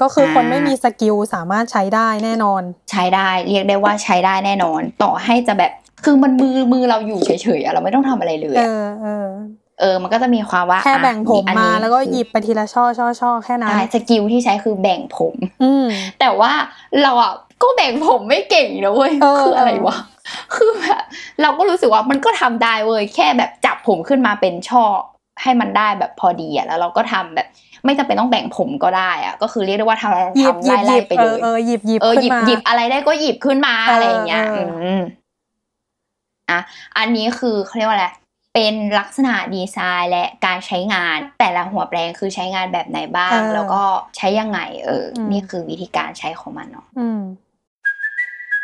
[SPEAKER 2] ก็คืออา คนไม่มีสกิลสามารถใช้ได้แน่นอน
[SPEAKER 1] ใช้ได้เรียกได้ว่าใช้ได้แน่นอน ต่อให้จะแบบคือมันมือมือเราอยู่เฉยๆอะเราไม่ต้องทำอะไรเลย
[SPEAKER 2] เอ
[SPEAKER 1] อะ
[SPEAKER 2] อเออ
[SPEAKER 1] เออ มันก็จะมีความว่า
[SPEAKER 2] แค่
[SPEAKER 1] อ่ะ
[SPEAKER 2] แบ่งผม
[SPEAKER 1] อัน
[SPEAKER 2] มา
[SPEAKER 1] นี้
[SPEAKER 2] แล้วก็หยิบไปทีละช่อช่อช่อแค่นั้น
[SPEAKER 1] ใช่สกิลที่ใช้คือแบ่งผม
[SPEAKER 2] อืม
[SPEAKER 1] แต่ว่าเราอ่ะก็แบ่งผมไม่เก่งนะเว้ย
[SPEAKER 2] เออ
[SPEAKER 1] คืออะไรวะ คือแบบเราก็รู้สึกว่ามันก็ทำได้เว้ย แค่แบบจับผมขึ้นมาเป็นช่อให้มันได้แบบพอดีอ่ะ แล้วเราก็ทำแบบ ไม่จำเป็นต้องแบ่งผมก็ได้อ่ะ ก็คือเรียกได้ว่าทำ
[SPEAKER 2] หยิบ
[SPEAKER 1] ทำ
[SPEAKER 2] หยิบห
[SPEAKER 1] ไล่
[SPEAKER 2] ยิบ
[SPEAKER 1] ๆไป
[SPEAKER 2] เอ
[SPEAKER 1] เล
[SPEAKER 2] อย เออหยิบหยิบ
[SPEAKER 1] เออ
[SPEAKER 2] ขึ้
[SPEAKER 1] หยิ
[SPEAKER 2] น
[SPEAKER 1] บ
[SPEAKER 2] มา
[SPEAKER 1] หยิบอะไรได้ก็หยิบขึ้นมา
[SPEAKER 2] เอออ
[SPEAKER 1] อะไรอย่างเงี้ย
[SPEAKER 2] เอออื
[SPEAKER 1] มอ่ะอันนี้คือเขาเรียกว่าอะไรเป็นลักษณะดีไซน์และการใช้งาน แต่ละหัวแปลงคือใช้งานแบบไหนบ้าง
[SPEAKER 2] เออ
[SPEAKER 1] แล้วก็ใช้ยังไง เอออ
[SPEAKER 2] ม
[SPEAKER 1] นี่คือวิธีการใช้ของมันเนาะ
[SPEAKER 2] อืม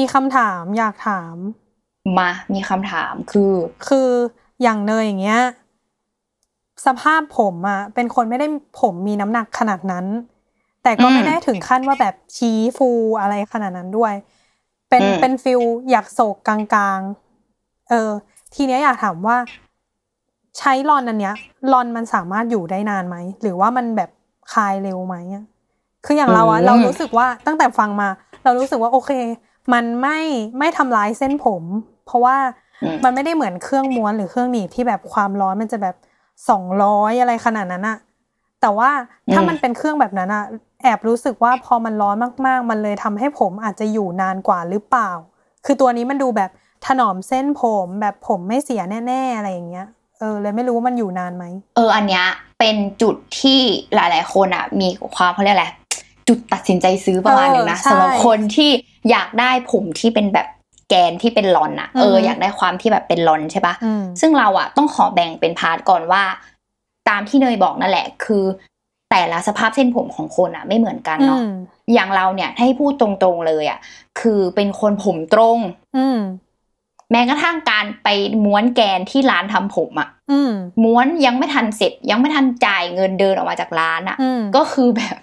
[SPEAKER 2] มีคำถามอยากถาม
[SPEAKER 1] มามีคำถามคือ
[SPEAKER 2] คืออย่างเนยอย่างเงี้ย สภาพผมอะเป็นคนไม่ได้ผมมีน้ำหนักขนาดนั้น แต่ก็ไม่ได้ถึงขั้นว่าแบบชี้ฟูอะไรขนาดนั้นด้วย เป็นเป็นฟิลอยากโศกกลางๆ เออ ทีเนี้ยอยากถามว่า ใช้ลอนอันเนี้ยลอนมันสามารถอยู่ได้นานไหม หรือว่ามันแบบคลายเร็วไหมอะคืออย่างเราอะเรารู้สึกว่าตั้งแต่ฟังมา เรารู้สึกว่าโอเค มันไม่ไม่ทำร้ายเส้นผม เพราะว่า
[SPEAKER 1] อืม
[SPEAKER 2] มันไม่ได้เหมือนเครื่องม้วนหรือเครื่องหนีบที่แบบความร้อนมันจะแบบสองร้อยอะไรขนาดนั้นอะแต่ว่าถ้ามันเป็นเครื่องแบบนั้นอะแอบรู้สึกว่าพอมันร้อนมากๆ มันเลยทำให้ผมอาจจะอยู่นานกว่าหรือเปล่า คือตัวนี้มันดูแบบถนอมเส้นผมแบบผมไม่เสียแน่ๆอะไรอย่างเงี้ย เออ เลยไม่รู้ว่ามันอยู่นานไหม
[SPEAKER 1] เอออันเนี้ยเป็นจุดที่หลาย ๆ คนอ่ะ มีความเขาเรียกอะไรจุดตัดสินใจซื้อประมาณหนึงนะ
[SPEAKER 2] เออใช่
[SPEAKER 1] สำหรับคนที่อยากได้ผมที่เป็นแบบแกนที่เป็นลอนอ่ะเอออ
[SPEAKER 2] ม
[SPEAKER 1] อยากได้ความที่แบบเป็นลอนใช่ปะ
[SPEAKER 2] อืม
[SPEAKER 1] ซึ่งเราอะต้องขอแบ่งเป็นพาร์ทก่อนว่า ตามที่เนยบอกนั่นแหละ คือ แต่ละสภาพเส้นผมของคนอะไม่เหมือนกันเนาะ
[SPEAKER 2] อืม
[SPEAKER 1] อย่างเราเนี่ยให้พูดตรงๆเลยอะคือเป็นคนผมตรง
[SPEAKER 2] อืม
[SPEAKER 1] แม้กระทั่งการไปม้วนแกนที่ร้านทำผมอะ
[SPEAKER 2] อืม
[SPEAKER 1] ม้วนยังไม่ทันเสร็จ ยังไม่ทันจ่ายเงินเดินออกมาจากร้านอะ
[SPEAKER 2] อืม
[SPEAKER 1] ก็คือแบบ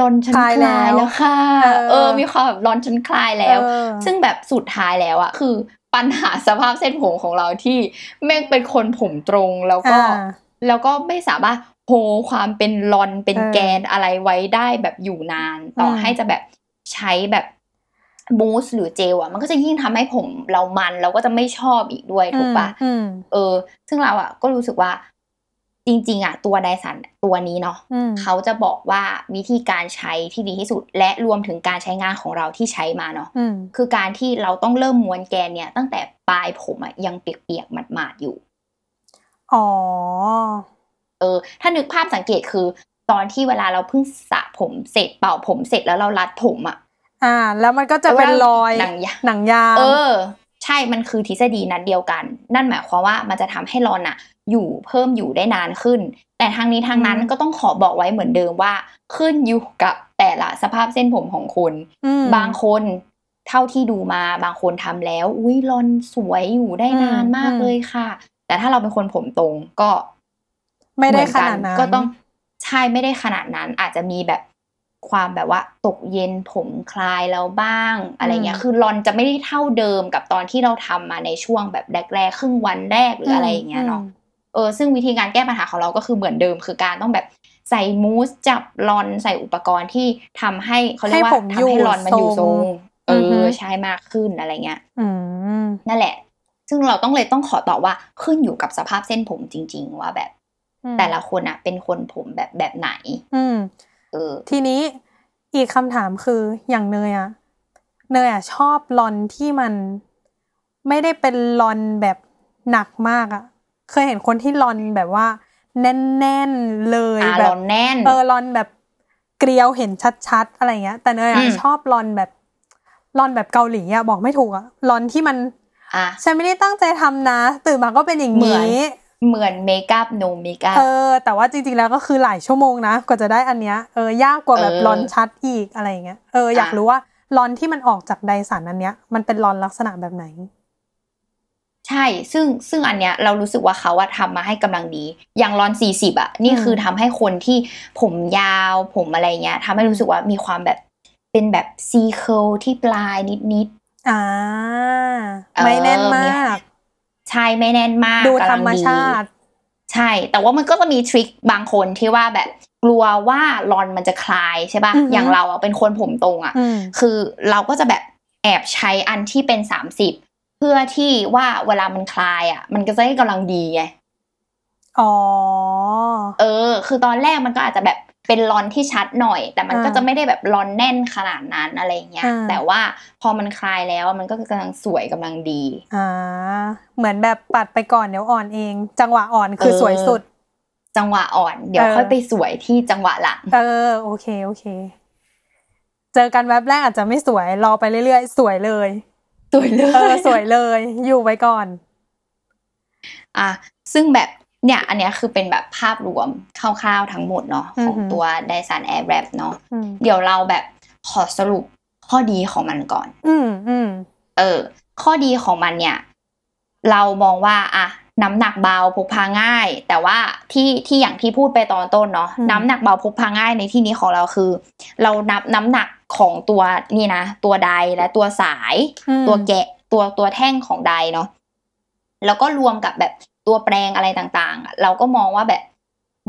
[SPEAKER 1] ลอนฉัน
[SPEAKER 2] ค
[SPEAKER 1] ค
[SPEAKER 2] ลา
[SPEAKER 1] ลาย ย
[SPEAKER 2] แล้
[SPEAKER 1] แล้ว วค่ะ
[SPEAKER 2] เออ
[SPEAKER 1] เออ มีความแบบลอนฉันคลายแล้ว
[SPEAKER 2] เออ
[SPEAKER 1] ซึ่งแบบสุดท้ายแล้วอะคือปัญหาสภาพเส้นผมของเราที่แม่งเป็นคนผมตรงแล้วก็
[SPEAKER 2] อ่า
[SPEAKER 1] แล้วก็ไม่สามารถโฮความเป็นลอนเป็น
[SPEAKER 2] เออ
[SPEAKER 1] แกนอะไรไว้ได้แบบอยู่นาน ต่ออ
[SPEAKER 2] ม
[SPEAKER 1] ให้จะแบบใช้แบบบูสหรือเจลอะมันก็จะยิ่งทำให้ผมเรามันเราก็จะไม่ชอบอีกด้วยถูกปะ
[SPEAKER 2] อืม
[SPEAKER 1] เออ ซึ่งเราอะก็รู้สึกว่า จ จริงๆอ่ะตัวไดสันตัวนี้เนาะ
[SPEAKER 2] อืม
[SPEAKER 1] เขาจะบอกว่าวิธีการใช้ที่ดีที่สุด และรวมถึงการใช้งานของเราที่ใช้มาเนาะ
[SPEAKER 2] อืม
[SPEAKER 1] คือการที่เราต้องเริ่มม้วนแกนเนี่ยตั้งแต่ปลายผมอะยังเปียกๆหมาดๆอยู่
[SPEAKER 2] อ๋อ
[SPEAKER 1] เออถ้านึกภาพสังเกตคือ ตอนที่เวลาเราเพิ่งสระผมเสร็จเป่าผมเสร็จแล้วเรารัดผมอะ
[SPEAKER 2] อ่า แล้วมันก็จะเป็นรอย
[SPEAKER 1] หนังยาง
[SPEAKER 2] หนังยาง
[SPEAKER 1] เออ ใช่มันคือทฤษฎีนั้นเดียวกัน นั่นหมายความว่ามันจะทำให้รอนอะอยู่เพิ่มอยู่ได้นานขึ้น แต่ทางนี้ทางนั้นก็ต้องขอบอกไว้เหมือนเดิมว่า ขึ้นอยู่กับแต่ละสภาพเส้นผมของคุณ
[SPEAKER 2] ม
[SPEAKER 1] บางคนเท่าที่ดูมาบางคนทำแล้ว อุ้ยรอนสวยอยู่ได้นาน
[SPEAKER 2] อืม
[SPEAKER 1] มาก
[SPEAKER 2] อืม
[SPEAKER 1] เลยค่ะ แต่ถ้าเราเป็นคนผมตรงก็
[SPEAKER 2] ไม่ได้
[SPEAKER 1] เหอ
[SPEAKER 2] ขนาดนั้น
[SPEAKER 1] ก็ต้องใช่ไม่ได้ขนาดนั้น อาจจะมีแบบความแบบว่า ตกเย็นผมคลายแล้วบ้างอะไรเงี้ย
[SPEAKER 2] อืม
[SPEAKER 1] คือรอนจะไม่ได้เท่าเดิมกับตอนที่เราทำมาในช่วงแบบแรกๆครึ่งวันแรกหรืออะไรอย่างเงี้ยเนาะ เออซึ่งวิธีการแก้ปัญหาของเราก็คือเหมือนเดิม คือการต้องแบบใส่มูสจับรอนใส่อุปกรณ์ที่ทำให้เขาเรียกว่า
[SPEAKER 2] ให้ผม
[SPEAKER 1] ทำให้รอนมันอยู่
[SPEAKER 2] อ
[SPEAKER 1] ท
[SPEAKER 2] ยู่ท
[SPEAKER 1] ร
[SPEAKER 2] รง ง
[SPEAKER 1] เอ
[SPEAKER 2] อฮึ
[SPEAKER 1] อใช้มากขึ้นอะไรเงี้ย
[SPEAKER 2] อืม
[SPEAKER 1] นั่นแหละ ซึ่งเราต้องเลยต้องขอตอบว่าขึ้นอยู่กับสภาพเส้นผมจริง ๆ ว่าแบบ
[SPEAKER 2] อืม
[SPEAKER 1] แต่ละคนอะเป็นคนผมแบบแบบไหน
[SPEAKER 2] อืม
[SPEAKER 1] เออ
[SPEAKER 2] ทีนี้อีกคำถามคืออย่างเนยอะเนยอะชอบลอนที่มันไม่ได้เป็นลอนแบบหนักมากอะเคยเห็นคนที่ลอนแบบว่า แน่นๆเลย
[SPEAKER 1] อ่า
[SPEAKER 2] แบ
[SPEAKER 1] ล
[SPEAKER 2] บ
[SPEAKER 1] อนแน่น
[SPEAKER 2] เออลอนแบบเกลียวเห็นชัดๆอะไรเงี้ย แต่เนยอะ
[SPEAKER 1] อืม
[SPEAKER 2] ชอบลอนแบบลอนแบบเกาหลีอะบอกไม่ถูกอะลอนที่มัน
[SPEAKER 1] อ่ะ
[SPEAKER 2] ฉันไม่ได้ตั้งใจทำนะ ตื่นมาก็เป็นอย่าง
[SPEAKER 1] เหมือ
[SPEAKER 2] นี้
[SPEAKER 1] น เหมือนเมคอัพโนเมคอัพ
[SPEAKER 2] เออ แต่ว่าจริงๆแล้วก็คือหลายชั่วโมงนะ กว่าจะได้อันเนี้ยเออยากกว่าแบบ
[SPEAKER 1] เออ
[SPEAKER 2] รอนชัดอีกอะไรอย่างเงี้ยเอออยาก
[SPEAKER 1] อ่ะ
[SPEAKER 2] รู้ว่ารอนที่มันออกจากไดสันอันเนี้ยมันเป็นรอนลักษณะแบบไหน
[SPEAKER 1] ใช่ ซึ่งซึ่งอันเนี้ยเรารู้สึกว่าเขาอะทำมาให้กำลังดี อย่างรอน 40อะนี่
[SPEAKER 2] อืม
[SPEAKER 1] คือทำให้คนที่ผมยาวผมอะไรเงี้ยทำให้รู้สึกว่ามีความแบบเป็นแบบซีเคิลที่ปลายนิดนิด
[SPEAKER 2] อ่า
[SPEAKER 1] ๆเออ
[SPEAKER 2] ไม่แน่นมาก
[SPEAKER 1] ใช่ไม่แน่นมาก
[SPEAKER 2] ดู
[SPEAKER 1] กำ
[SPEAKER 2] ธ
[SPEAKER 1] ลั
[SPEAKER 2] รง รมชาติ
[SPEAKER 1] ใช่ แต่ว่ามันก็จะมีทริคบางคนที่ว่าแบบกลัวว่ารอนมันจะคลายใช่ป่ะ
[SPEAKER 2] อือฮึ
[SPEAKER 1] อย่างเราอะเป็นคนผมตรงอะ
[SPEAKER 2] อืม
[SPEAKER 1] คือเราก็จะแบบแอบใช้อันที่เป็น 30 เพื่อที่ว่าเวลามันคลายอ่ะ มันก็จะได้กำลังดีไง
[SPEAKER 2] อ๋อ
[SPEAKER 1] เออ คือตอนแรกมันก็อาจจะแบบเป็นรอนที่ชัดหน่อย แต่มันก็
[SPEAKER 2] อ่า
[SPEAKER 1] จะไม่ได้แบบรอนแน่นขนาดนั้นอะไรเงี้ย
[SPEAKER 2] อ่า
[SPEAKER 1] แต่ว่าพอมันคลายแล้วมันก็กำลังสวยกำลังดี
[SPEAKER 2] อ่า เหมือนแบบปัดไปก่อนเดี๋ยวอ่อนเอง จังหวะอ่อนคือ
[SPEAKER 1] เออ
[SPEAKER 2] สวยสุด
[SPEAKER 1] จังหวะอ่อน เดี๋ยว
[SPEAKER 2] เออ
[SPEAKER 1] ค่อยไปสวยที่จังหวะหลัง
[SPEAKER 2] เออ โอเคโอเค เจอกันแวบแรกอาจจะไม่สวยรอไปเรื่อยๆ สวยเลย
[SPEAKER 1] สวยเล
[SPEAKER 2] เออย สวยเลย อยู่ไว้ก่อน
[SPEAKER 1] อ่ะซึ่งแบบเนี่ยอันเนี้ยคือเป็นแบบภาพรวมคร่าวๆทั้งหมดเนาะของ
[SPEAKER 2] อือหือ
[SPEAKER 1] ตัว Dyson Airwrap เนาะ
[SPEAKER 2] อืม
[SPEAKER 1] เดี๋ยวเราแบบขอสรุปข้อดีของมันก่อน
[SPEAKER 2] อืมอืม
[SPEAKER 1] เออ ข้อดีของมันเนี่ย เรามองว่าอะน้ำหนักเบาพกพาง่าย แต่ว่าที่ที่อย่างที่พูดไปตอนต้นเนาะน้ำหนักเบาพกพาง่ายในที่นี้ของเราคือ เรานับน้ำหนักของตัวนี่นะตัวใดและตัวสาย
[SPEAKER 2] อืม
[SPEAKER 1] ตัวแกะตัวตัวแท่งของไดเนาะแล้วก็รวมกับแบบตัวแปรงอะไรต่างๆอะเราก็มองว่าแบบ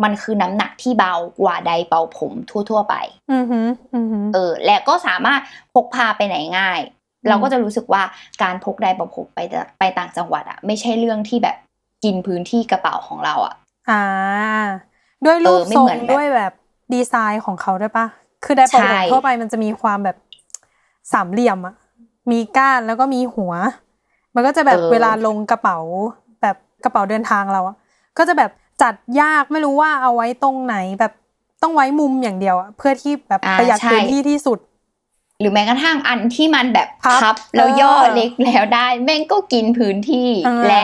[SPEAKER 1] มันคือน้ำหนักที่เบากว่าไดเป่าผมทั่ว ๆ ไป
[SPEAKER 2] อืมหืมอืมหืม
[SPEAKER 1] เออและก็สามารถพกพาไปไหนง่าย
[SPEAKER 2] อืม
[SPEAKER 1] เราก็จะรู้สึกว่าการพกไดร์เป่าผมไปต่ไปต่างจังหวัดอะไม่ใช่เรื่องที่แบบกินพื้นที่กระเป๋าของเราอะ
[SPEAKER 2] อ่า ด้วยรูป
[SPEAKER 1] เออไม่
[SPEAKER 2] ทร
[SPEAKER 1] เห
[SPEAKER 2] ง
[SPEAKER 1] มือนแบบ
[SPEAKER 2] ด้วยแบบดีไซน์ของเขาด้วยปะคือได้ปก
[SPEAKER 1] ใช่
[SPEAKER 2] ติทั่วไปมันจะมีความแบบสามเหลี่ยมอะมีก้านแล้วก็มีหัว มันก็จะแบบเวลาลงกระเป๋า แบบกระเป๋าเดินทางเราอะก็จะแบบจัดยากไม่รู้ว่าเอาไว้ตรงไหนแบบต้องไว้มุมอย่างเดียวอะเพื่อที่แบบประหยัดพื้นที่ที่สุด
[SPEAKER 1] หรือแม้กระทั่งอันที่มันแบบ
[SPEAKER 2] พับ
[SPEAKER 1] พับแล้ว
[SPEAKER 2] เออย่
[SPEAKER 1] อเล็กแล้วได้ แม่งก็กินพื้นที่
[SPEAKER 2] เออ
[SPEAKER 1] และ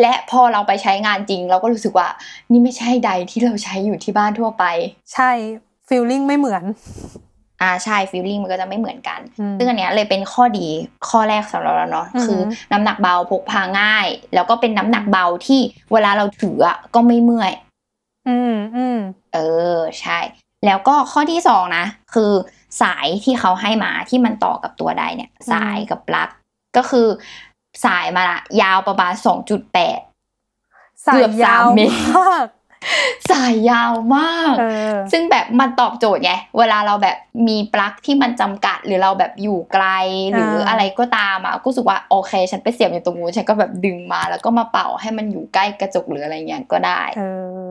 [SPEAKER 1] และพอเราไปใช้งานจริง เราก็รู้สึกว่า นี่ไม่ใช่ใดร์ที่เราใช้อยู่ที่บ้านทั่วไป
[SPEAKER 2] ใช่ฟีลลิ่งไม่เหมือน
[SPEAKER 1] อ่าใช่ฟีลลิ่งมันก็จะไม่เหมือนกัน
[SPEAKER 2] อืม
[SPEAKER 1] ซึ่งอันเนี้ยเลยเป็นข้อดีข้อแรกสำหรับเราเนาะ
[SPEAKER 2] อือหือ
[SPEAKER 1] คือน้ำหนักเบาพกพาง่าย แล้วก็เป็นน้ำหนักเบาที่เวลาเราถืออ่ะก็ไม่เมื่อย
[SPEAKER 2] อืมอืม
[SPEAKER 1] เออใช่ แล้วก็ข้อที่สองนะ คือสายที่เขาให้มาที่มันต่อกับตัวใดเนี่ย สายกับปลั๊กก็คือสายมาละยาวประมาณ 2.8
[SPEAKER 2] สาย
[SPEAKER 1] เกือบสาย
[SPEAKER 2] ามว
[SPEAKER 1] เมตร
[SPEAKER 2] มาก
[SPEAKER 1] สายยาวมาก
[SPEAKER 2] เออ
[SPEAKER 1] ซึ่งแบบมันตอบโจทย์ไง เวลาเราแบบมีปลั๊กที่มันจำกัดหรือเราแบบอยู่ไกลหรือ
[SPEAKER 2] อ่า
[SPEAKER 1] อะไรก็ตามอ่ะก็รู้สึกว่าโอเค ฉันไปเสียบอยู่ตรงนู้นฉันก็แบบดึงมาแล้วก็มาเป่าให้มันอยู่ใกล้กระจกหรืออะไรเงี้ยก็ได้
[SPEAKER 2] เออ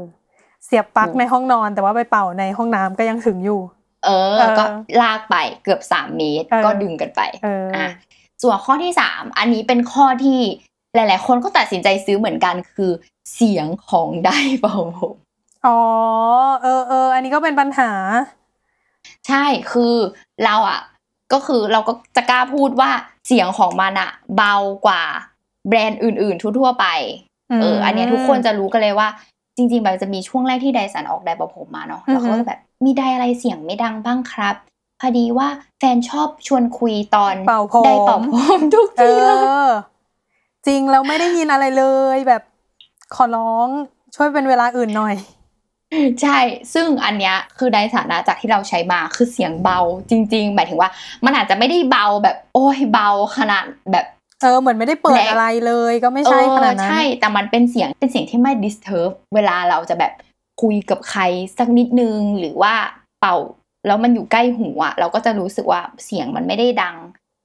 [SPEAKER 2] เสียบปลั๊กในห้องนอนแต่ว่าไปเป่าในห้องน้ำก็ยังถึงอยู่
[SPEAKER 1] เออ
[SPEAKER 2] เออ
[SPEAKER 1] ก็ลากไปเกือบ 3 เมตร
[SPEAKER 2] เออ
[SPEAKER 1] ก็ดึงกันไป
[SPEAKER 2] เอออ่
[SPEAKER 1] ะส่วนข้อที่ 3 อันนี้เป็นข้อที่หลาย ๆ คนก็ตัดสินใจซื้อเหมือนกันคือเสียงของ ไดร์เป่าผม
[SPEAKER 2] อ๋อเออเอออันนี้ก็เป็นปัญหา
[SPEAKER 1] ใช่ คือเราอะก็คือเราก็จะกล้าพูดว่าเสียงของมันอะเบากว่าแบรนด์อื่น ๆ ทั่ว ๆ ไป เออ อันเนี้ยทุกคนจะรู้กันเลยว่า จริง ๆ แบบจะมีช่วงแรกที่ไดสันออกไดร์เป่าผมมาเนาะ แล้วเขา
[SPEAKER 2] อือฮึ
[SPEAKER 1] ก็จะแบบมีไดร์อะไรเสียงไม่ดังบ้างครับ พอดีว่าแฟนชอบชวนคุยตอน
[SPEAKER 2] เป่าผม
[SPEAKER 1] ไดร์เป่าผมทุก
[SPEAKER 2] เอ
[SPEAKER 1] ทีเลย
[SPEAKER 2] อ จริงแล้วไม่ได้ยินอะไรเลยแบบขอร้องช่วยเป็นเวลาอื่นหน่อย
[SPEAKER 1] ใช่ ซึ่งอันเนี้ยคือไดสานะจากที่เราใช้มาคือเสียงเบาจริง ๆ หมายถึงว่า มันอาจจะไม่ได้เบาแบบโอ้ยเบาขนาดแบบ
[SPEAKER 2] เออเหมือนไม่ได้เปิด
[SPEAKER 1] แรง
[SPEAKER 2] อะไรเลยก็ไม่ใช่ขนาด
[SPEAKER 1] เออ
[SPEAKER 2] นั้น
[SPEAKER 1] ใช่ แต่มันเป็นเสียงเป็นเสียงที่ไม่ disturb เวลาเราจะแบบคุยกับใครสักนิดนึง หรือว่าเป่าแล้วมันอยู่ใกล้หูอะเราก็จะรู้สึกว่าเสียงมันไม่ได้ดัง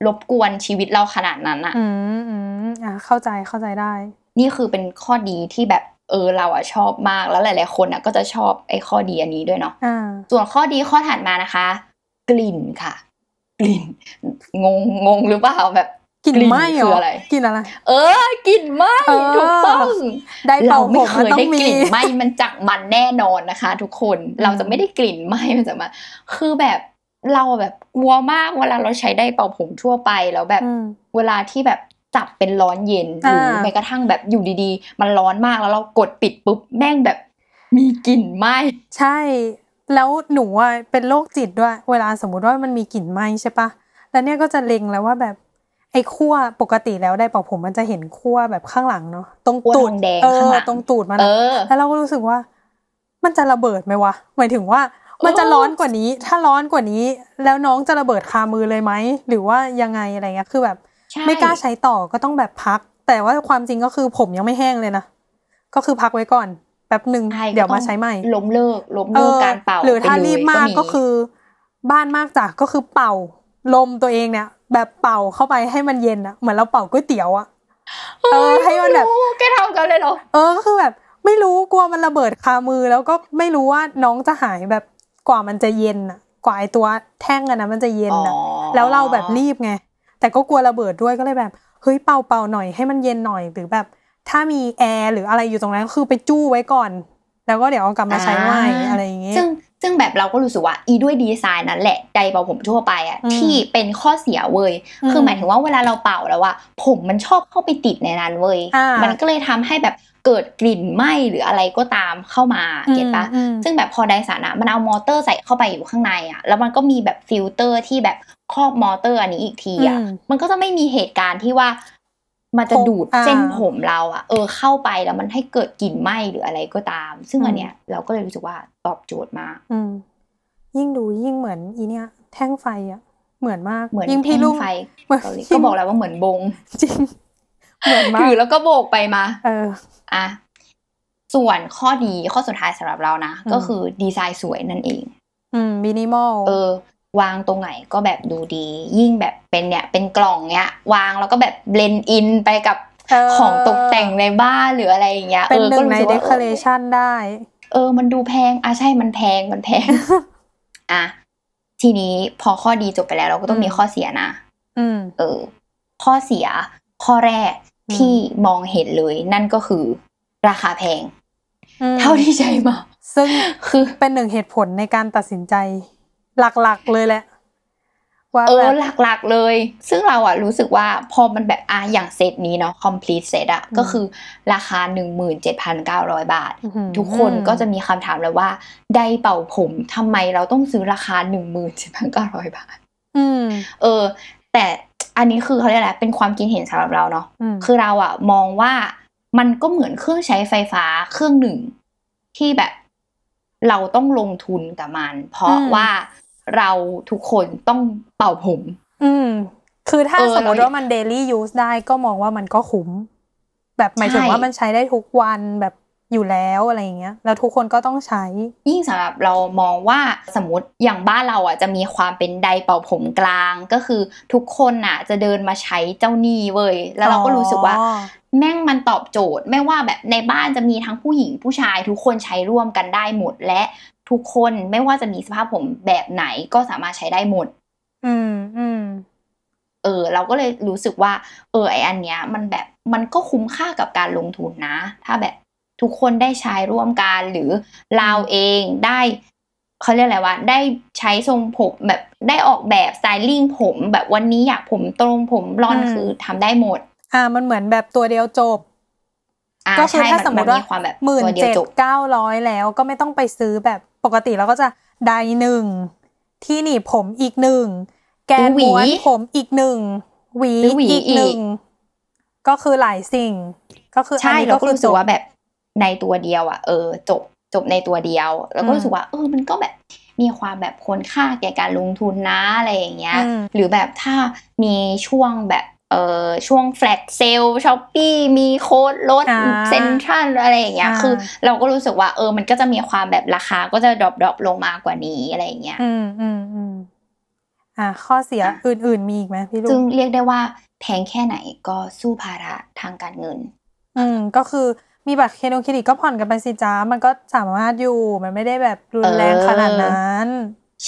[SPEAKER 1] รบกวนชีวิตเราขนาดนั้นอะ
[SPEAKER 2] อืมอืมอ่ะเข้าใจเข้าใจได้
[SPEAKER 1] นี่คือเป็นข้อดีที่แบบเออเราอะชอบมากแล้วหลาย ๆ คนอะก็จะชอบไอ้ข้อดีอันนี้ด้วยเนาะ
[SPEAKER 2] อ่า
[SPEAKER 1] ส่วนข้อดีข้อถัดมานะคะ กลิ่นค่ะ กลิ่น งงงงหรือเปล่าแบบ
[SPEAKER 2] กลิ่นไหม้เหร
[SPEAKER 1] คือ ออะไร
[SPEAKER 2] กลิ่นอะไร
[SPEAKER 1] เออกลิ่นไหม
[SPEAKER 2] เออ
[SPEAKER 1] ถูกต้อง
[SPEAKER 2] ได้เป่าผ
[SPEAKER 1] ไม่
[SPEAKER 2] ม
[SPEAKER 1] เค
[SPEAKER 2] มัน
[SPEAKER 1] ย
[SPEAKER 2] ต้อ
[SPEAKER 1] ได้
[SPEAKER 2] งมี
[SPEAKER 1] กลิ่นไหมมันจากมันแน่นอนนะคะ ทุกคน
[SPEAKER 2] อืม
[SPEAKER 1] เราจะไม่ได้กลิ่นไหมมันจากมันคือแบบเราแบบกลัวมากเวลาเราใช้ได้เป่าผมทั่วไปแล้วแบบ
[SPEAKER 2] อืม
[SPEAKER 1] เวลาที่แบบจับเป็นร้อนเย็นหรืออา แม้กระทั่งแบบอยู่ดีๆ มันร้อนมากแล้วเรากดปิดปุ๊บแม่งแบบ มีกลิ่นไหม
[SPEAKER 2] ใช่ แล้วหนูอ่ะเป็นโรคจิตด้วย เวลาสมมุติว่ามันมีกลิ่นไหม้ใช่ปะแล้วเนี่ยก็จะเล็งแล้วว่าแบบไอ้ขั้วปกติแล้วได้เป่าผมมันจะเห็นขั้วแบบข้างหลังเนาะตรง
[SPEAKER 1] ขั้ว
[SPEAKER 2] ตูด
[SPEAKER 1] ทองแดง
[SPEAKER 2] เอ
[SPEAKER 1] ข้างห
[SPEAKER 2] อ
[SPEAKER 1] ลัง
[SPEAKER 2] ตรงตูดมัน
[SPEAKER 1] เอ
[SPEAKER 2] อะ
[SPEAKER 1] อ
[SPEAKER 2] แล้วเราก็รู้สึกว่า มันจะระเบิดไหมวะหมายถึงว่า มันจะร้อนกว่านี้ ถ้าร้อนกว่านี้ แล้วน้องจะระเบิดคามือเลยไหมหรือว่ายังไงอะไรเงี้ยคือแบบ
[SPEAKER 1] ใช่
[SPEAKER 2] ไม่กล้าใช้ต่อก็ต้องแบบพัก แต่ว่าความจริงก็คือผมยังไม่แห้งเลยนะ ก็คือพักไว้ก่อนแป๊บหนึ่ง
[SPEAKER 1] ใช่
[SPEAKER 2] เดี๋ยวมา
[SPEAKER 1] ก็ต้อง
[SPEAKER 2] ใช้ใหม่
[SPEAKER 1] ล้มเลิกล้มเลิก
[SPEAKER 2] ออ
[SPEAKER 1] การเป่า
[SPEAKER 2] หรือถ้า
[SPEAKER 1] ไปเลย
[SPEAKER 2] รีบมากก็คือ บ้านมากจากก็คือเป่าลมตัวเองเนี่ย แบบเป่าเข้าไปให้มันเย็นอะเหมือนเราเป่าก๋วยเตี๋ยวอะเออให้มันแบบ
[SPEAKER 1] โอ้แกทำกันเลยเหรอ
[SPEAKER 2] เออก็คือแบบ ไม่รู้กลัวมันระเบิดคามือ แล้วก็ไม่รู้ว่าน้องจะหายแบบกว่ามันจะเย็นอะกว่าไอตัวแท่งอะนะมันจะเย็นอะ
[SPEAKER 1] อ๋อ
[SPEAKER 2] แล้วเราแบบรีบไงแต่ก็กลัวระเบิดด้วยก็เลยแบบเฮ้ยเป่าเป่าหน่อยให้มันเย็นหน่อยหรือแบบ ถ้ามีแอร์หรืออะไรอยู่ตรงนั้นคือไปจู้ไว้ก่อน แล้วก็เดี๋ยวเอากลับมาใช้ใหม่อะไรอย่างเงี้ย
[SPEAKER 1] ซึ่งซึ่งแบบเราก็รู้สึกว่าอีด้วยดีไซน์นั้นแหละไดร์เป่าผมทั่วไปอะ
[SPEAKER 2] อืม
[SPEAKER 1] ที่เป็นข้อเสียเว้ย
[SPEAKER 2] อืม
[SPEAKER 1] คือหมายถึงว่าเวลาเราเป่าแล้วอะผมมันชอบเข้าไปติดในนั้นเว้ย
[SPEAKER 2] อ่ามั
[SPEAKER 1] มันก็เลยทำให้แบบเกิดกลิ่นไหม้หรืออะไรก็ตามเข้ามา
[SPEAKER 2] อืม
[SPEAKER 1] เก็ตปะ
[SPEAKER 2] อืม
[SPEAKER 1] ซึ่งแบบพอไดร์สานะมันเอามอเตอร์ใส่เข้าไปอยู่ข้างในอะแล้วมันก็มีแบบฟิลเตอร์ที่แบบครอบมอเตอร์อันนี้อีกทีอะ
[SPEAKER 2] ม
[SPEAKER 1] มันก็จะไม่มีเหตุการณ์ที่ว่า มันจะ
[SPEAKER 2] ผม
[SPEAKER 1] ดูด
[SPEAKER 2] อ่า
[SPEAKER 1] เส้นผมเราอะเออเข้าไปแล้วมันให้เกิดกลิ่นไหม้หรืออะไรก็ตาม ซึ่ง
[SPEAKER 2] อืม
[SPEAKER 1] อันเนี้ยเราก็เลยรู้สึกว่าตอบโจทย์มาก
[SPEAKER 2] อืมยิ่งดูยิ่งเหมือนอีเนี่ย แท่งไฟอะเหมือนมาก
[SPEAKER 1] เหมือน
[SPEAKER 2] ยิ่งพี่
[SPEAKER 1] แท่ง
[SPEAKER 2] ลูก
[SPEAKER 1] ไฟ
[SPEAKER 2] เหมือน
[SPEAKER 1] เกาหลีก็บอกแล้วว่าเหมือนบง
[SPEAKER 2] จริงเหมือนมา
[SPEAKER 1] ถื
[SPEAKER 2] ก
[SPEAKER 1] อแล้วก็โบกไปมา
[SPEAKER 2] เออ
[SPEAKER 1] อ่ะส่วนข้อดีข้อสุดท้ายสำหรับเรานะ
[SPEAKER 2] อืม
[SPEAKER 1] ก็คือดีไซน์สวยนั่นเอง
[SPEAKER 2] อืมมินิมอล
[SPEAKER 1] เออ วางตรงไหนก็แบบดูดี ยิ่งแบบเป็นเนี่ย เป็นกล่องเนี้ย วางแล้วก็แบบเบลนอินไปกับ
[SPEAKER 2] เออ
[SPEAKER 1] ของตกแต่งในบ้านหรืออะไรอย่างเงี้ย
[SPEAKER 2] เป็น
[SPEAKER 1] ออ
[SPEAKER 2] หนึ่ง
[SPEAKER 1] ก็
[SPEAKER 2] ใน
[SPEAKER 1] รู้สึก
[SPEAKER 2] เด
[SPEAKER 1] ว่า
[SPEAKER 2] คอเร
[SPEAKER 1] ออ
[SPEAKER 2] ชันได้
[SPEAKER 1] เออ มันดูแพง อ่ะ ใช่ มันแพง มันแพ ง อ่ะ ทีนี้พอข้อดีจบไปแล้วเราก็ต้อง
[SPEAKER 2] อืม
[SPEAKER 1] มีข้อเสียนะ
[SPEAKER 2] อืม
[SPEAKER 1] เออ ข้อเสีย ข้อแรก
[SPEAKER 2] อืม
[SPEAKER 1] ที่มองเห็นเลย นั่นก็คือ ราคาแพง
[SPEAKER 2] อืม
[SPEAKER 1] เท่าที่ใช้มา
[SPEAKER 2] ซึ่ง
[SPEAKER 1] คือ
[SPEAKER 2] เป็นหนึ่งเหตุผลในการตัดสินใจ หลักๆเลยแหละ ว่า
[SPEAKER 1] เอ
[SPEAKER 2] แบ
[SPEAKER 1] อ
[SPEAKER 2] บ
[SPEAKER 1] หลักๆเลย ซึ่งเราอะรู้สึกว่าพอมันแบบอ่ะอย่างเซตนี้เนาะ complete set อะก็คือราคา 17,900 บาท
[SPEAKER 2] อื้อหือ
[SPEAKER 1] ทุกคนก็จะมีคำถามแล้วว่า ไดร์เป่าผมทำไมเราต้องซื้อราคา 17,900 บาท
[SPEAKER 2] อืม
[SPEAKER 1] เออ แต่อันนี้คือเขาเรียกอะไรเป็นความคิดเห็นสำหรับเราเนาะ
[SPEAKER 2] อืม
[SPEAKER 1] คือเราอะมองว่ามันก็เหมือนเครื่องใช้ไฟฟ้าเครื่องหนึ่ง ที่แบบเราต้องลงทุนกับมัน เพราะว่าเราทุกคนต้องเป่าผม
[SPEAKER 2] อืม คือถ้า
[SPEAKER 1] เออ
[SPEAKER 2] สมมติ
[SPEAKER 1] เรา
[SPEAKER 2] ว่ามัน daily use ได้ก็มองว่ามันก็คุ้ม แบบหมายถึง
[SPEAKER 1] ใช่
[SPEAKER 2] ว่ามันใช้ได้ทุกวันแบบ อยู่แล้วอะไรอย่างเงี้ยแล้วทุกคนก็ต้องใช้
[SPEAKER 1] ยิ่งสำหรับเรามองว่าสมมติอย่างบ้านเราอ่ะจะมีความเป็นไดร์เป่าผมกลางก็คือทุกคนน่ะ จะเดินมาใช้เจ้าหนี้เว้ยแล้วเราก็รู้สึกว่า
[SPEAKER 2] อ๋อ
[SPEAKER 1] แม่งมันตอบโจทย์ ไม่ว่าแบบในบ้านจะมีทั้งผู้หญิงผู้ชาย ทุกคนใช้ร่วมกันได้หมด และทุกคนไม่ว่าจะมีสภาพผมแบบไหนก็สามารถใช้ได้หมด
[SPEAKER 2] อืมอืม
[SPEAKER 1] เออเราก็เลยรู้สึกว่า เออไออันเนี้ยมันแบบมันก็คุ้มค่ากับการลงทุนนะ ถ้าแบบทุกคนได้ใช้ร่วมกันหรือเราเองได้เขาเรียกอะไรวะได้ใช้ทรงผมแบบได้ออกแบบสไตลิ่งผมแบบวันนี้อยากผมตรงผมบลอนด์
[SPEAKER 2] อืม
[SPEAKER 1] คือทำได้หมด
[SPEAKER 2] อ่ามันเหมือนแบบตัวเดียวจบ
[SPEAKER 1] อ่า
[SPEAKER 2] ก็คือ
[SPEAKER 1] ใช่
[SPEAKER 2] ถ้าสมมติว่า
[SPEAKER 1] มีความแบบ
[SPEAKER 2] หมื่น
[SPEAKER 1] ตัวเดียว
[SPEAKER 2] เจ็ด
[SPEAKER 1] จบ
[SPEAKER 2] เก้าร้อยแล้วก็ไม่ต้องไปซื้อแบบปกติเราก็จะไดร์หนึ่งที่หนีบผมอีกหนึ่งแกน
[SPEAKER 1] หรือหวี
[SPEAKER 2] ม้วนผมอีกหนึ่งหวี
[SPEAKER 1] หรือหวี
[SPEAKER 2] อีกหนึ่ง
[SPEAKER 1] อีก
[SPEAKER 2] ก็คือหลายสิ่ง ก็คืออัน
[SPEAKER 1] ใช่
[SPEAKER 2] นี้
[SPEAKER 1] เรา
[SPEAKER 2] ก็
[SPEAKER 1] ก็
[SPEAKER 2] คือ
[SPEAKER 1] รู้สึ
[SPEAKER 2] จ
[SPEAKER 1] ก
[SPEAKER 2] บ
[SPEAKER 1] ว่าแบบในตัวเดียวอ่ะเออจบจบในตัวเดียว แล้วก็
[SPEAKER 2] อืม
[SPEAKER 1] รู้สึกว่าเออมันก็แบบมีความแบบคนค่าแก่การลงทุนนะอะไรอย่างเงี้ย
[SPEAKER 2] อืม
[SPEAKER 1] หรือแบบถ้ามีช่วงแบบเออช่วงแฟลตเซลช้อปปี้มีโค้ดลด
[SPEAKER 2] อ่า
[SPEAKER 1] เซ็นทรัลอะไรอย่างเงี้ย
[SPEAKER 2] อ่า
[SPEAKER 1] คือ เราก็รู้สึกว่าเออมันก็จะมีความแบบราคาก็จะดรอปดรอปลงมากว่านี้อะไรอย่างเงี้ย
[SPEAKER 2] อืมอืมอืมอ่าข้อเสียอื่น ๆ มีอีกไหมพี่ลู
[SPEAKER 1] ซึ่ง
[SPEAKER 2] ก
[SPEAKER 1] เรียกได้ว่าแพงแค่ไหนก็สู้ภาระทางการเงิน
[SPEAKER 2] อืมก็คือมีบัตรเครดิตเครดิตก็ผ่อนกันไปสิจ้ามันก็สามารถอยู่มันไม่ได้แบบรุนแรงขนาดนั้น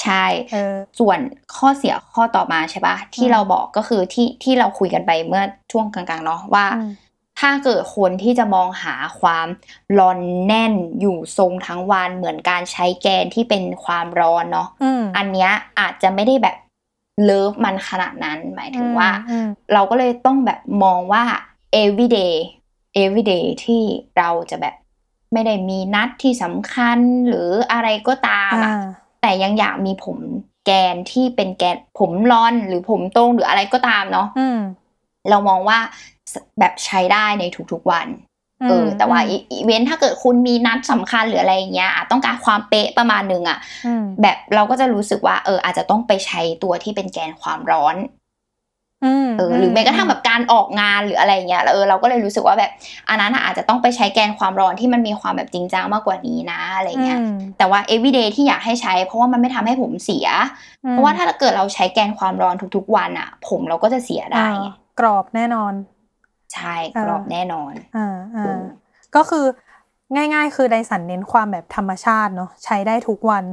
[SPEAKER 1] ใช่
[SPEAKER 2] เออ
[SPEAKER 1] ส่วนข้อเสียข้อต่อมาใช่ปะที่เราบอกก็คือที่ที่เราคุยกันไปเมื่อช่วงกลางๆเนาะว่า
[SPEAKER 2] อืม
[SPEAKER 1] ถ้าเกิดคนที่จะมองหาความร้อนแน่นอยู่ทรงทั้งวันเหมือนการใช้แกนที่เป็นความร้อนเนาะ
[SPEAKER 2] อืม
[SPEAKER 1] อันเนี้ยอาจจะไม่ได้แบบเลิฟมันขนาดนั้นหมายถึงว่า
[SPEAKER 2] อืม
[SPEAKER 1] เราก็เลยต้องแบบมองว่า everyday everyday ที่เราจะแบบไม่ได้มีนัดที่สำคัญหรืออะไรก็ตามอะ
[SPEAKER 2] อ่า
[SPEAKER 1] แต่ยังอยากมีผมแกนที่เป็นแกนผมรอนหรือผมตรงหรืออะไรก็ตามเนาะ
[SPEAKER 2] อืม
[SPEAKER 1] เรามองว่าแบบใช้ได้ในทุกๆวันเอออแต่ว่าอีอีเวนต์ถ้าเกิดคุณมีนัดสำคัญหรืออะไรอย่างเงี้ยอ่ะต้องการความเป๊ะประมาณหนึงอะ
[SPEAKER 2] อืม
[SPEAKER 1] แบบเราก็จะรู้สึกว่าเอออาจจะต้องไปใช้ตัวที่เป็นแกนความร้อน
[SPEAKER 2] ม
[SPEAKER 1] เออหรือแม้กระทั่งแบบการออกงานหรืออะไรเงี้ยแล้วเออเราก็เลยรู้สึกว่าแบบอันนั้นอะอาจจะต้องไปใช้แกนความร้อนที่มันมีความแบบจริงจังมากกว่านี้นะอะไรเงี้ย
[SPEAKER 2] อืม
[SPEAKER 1] แต่ว่า everyday ที่อยากให้ใช้ เพราะว่ามันไม่ทำให้ผมเสีย
[SPEAKER 2] อืม
[SPEAKER 1] เพราะว่าถ้าเกิดเราใช้แกนความร้อนทุกๆวันอะผมเราก็จะเสียได้
[SPEAKER 2] อ่า
[SPEAKER 1] ไง
[SPEAKER 2] กรอบแน่นอน
[SPEAKER 1] ใช่
[SPEAKER 2] อ่า
[SPEAKER 1] กรอบแน่นอน
[SPEAKER 2] อ่าอ่า
[SPEAKER 1] อืม
[SPEAKER 2] ก็คือง่ายๆ คือไดสันเน้นความแบบธรรมชาติเนาะใช้ได้ทุกวัน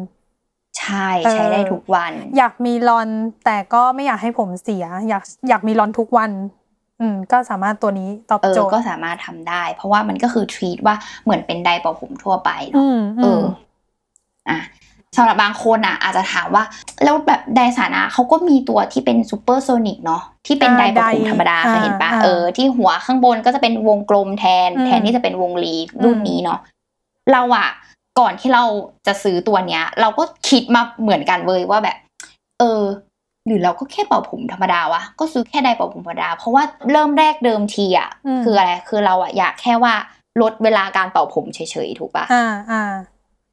[SPEAKER 1] ใช่
[SPEAKER 2] เออ
[SPEAKER 1] ใช้ได้ทุกวัน
[SPEAKER 2] อยากมีลอนแต่ก็ไม่อยากให้ผมเสีย อยากอยากมีลอนทุกวัน อืม ก็สามารถตัวนี้ตอบ
[SPEAKER 1] เออ
[SPEAKER 2] โจทย์
[SPEAKER 1] ก็สามารถทำได้ เพราะว่ามันก็คือทรีตว่าเหมือนเป็นไดร์เป่าผมทั่วไปเนอะ
[SPEAKER 2] อืม
[SPEAKER 1] เอ
[SPEAKER 2] อื
[SPEAKER 1] อ
[SPEAKER 2] ม
[SPEAKER 1] อ่ะสำหรับบางคนอ่ะ อาจจะถามว่า แล้วแบบไดสานะเขาก็มีตัวที่เป็นซูเปอร์โซนิกเนาะที่เป็นได
[SPEAKER 2] อ่า
[SPEAKER 1] ปะผม
[SPEAKER 2] ได
[SPEAKER 1] ธรรมดาเคย
[SPEAKER 2] อ่า
[SPEAKER 1] เห็นปะ
[SPEAKER 2] อ่า
[SPEAKER 1] เออ ที่หัวข้างบนก็จะเป็นวงกลมแทน
[SPEAKER 2] อืม
[SPEAKER 1] แทนที่จะเป็นวงรีรุ่น
[SPEAKER 2] อืม
[SPEAKER 1] นี้เนาะเราอ่ะ ก่อนที่เราจะซื้อตัวเนี้ย เราก็คิดมาเหมือนกันเว้ยว่าแบบ เออ หรือเราก็แค่เป่าผมธรรมดาวะก็ซื้อแค่ไดร์เป่าผมธรรมดา เพราะว่าเริ่มแรกเดิมทีอ่ะ
[SPEAKER 2] อืม
[SPEAKER 1] คืออะไรคือเราอ่ะอยากแค่ว่าลดเวลาการเป่าผมเฉยๆถูกปะ
[SPEAKER 2] อ่าอ่า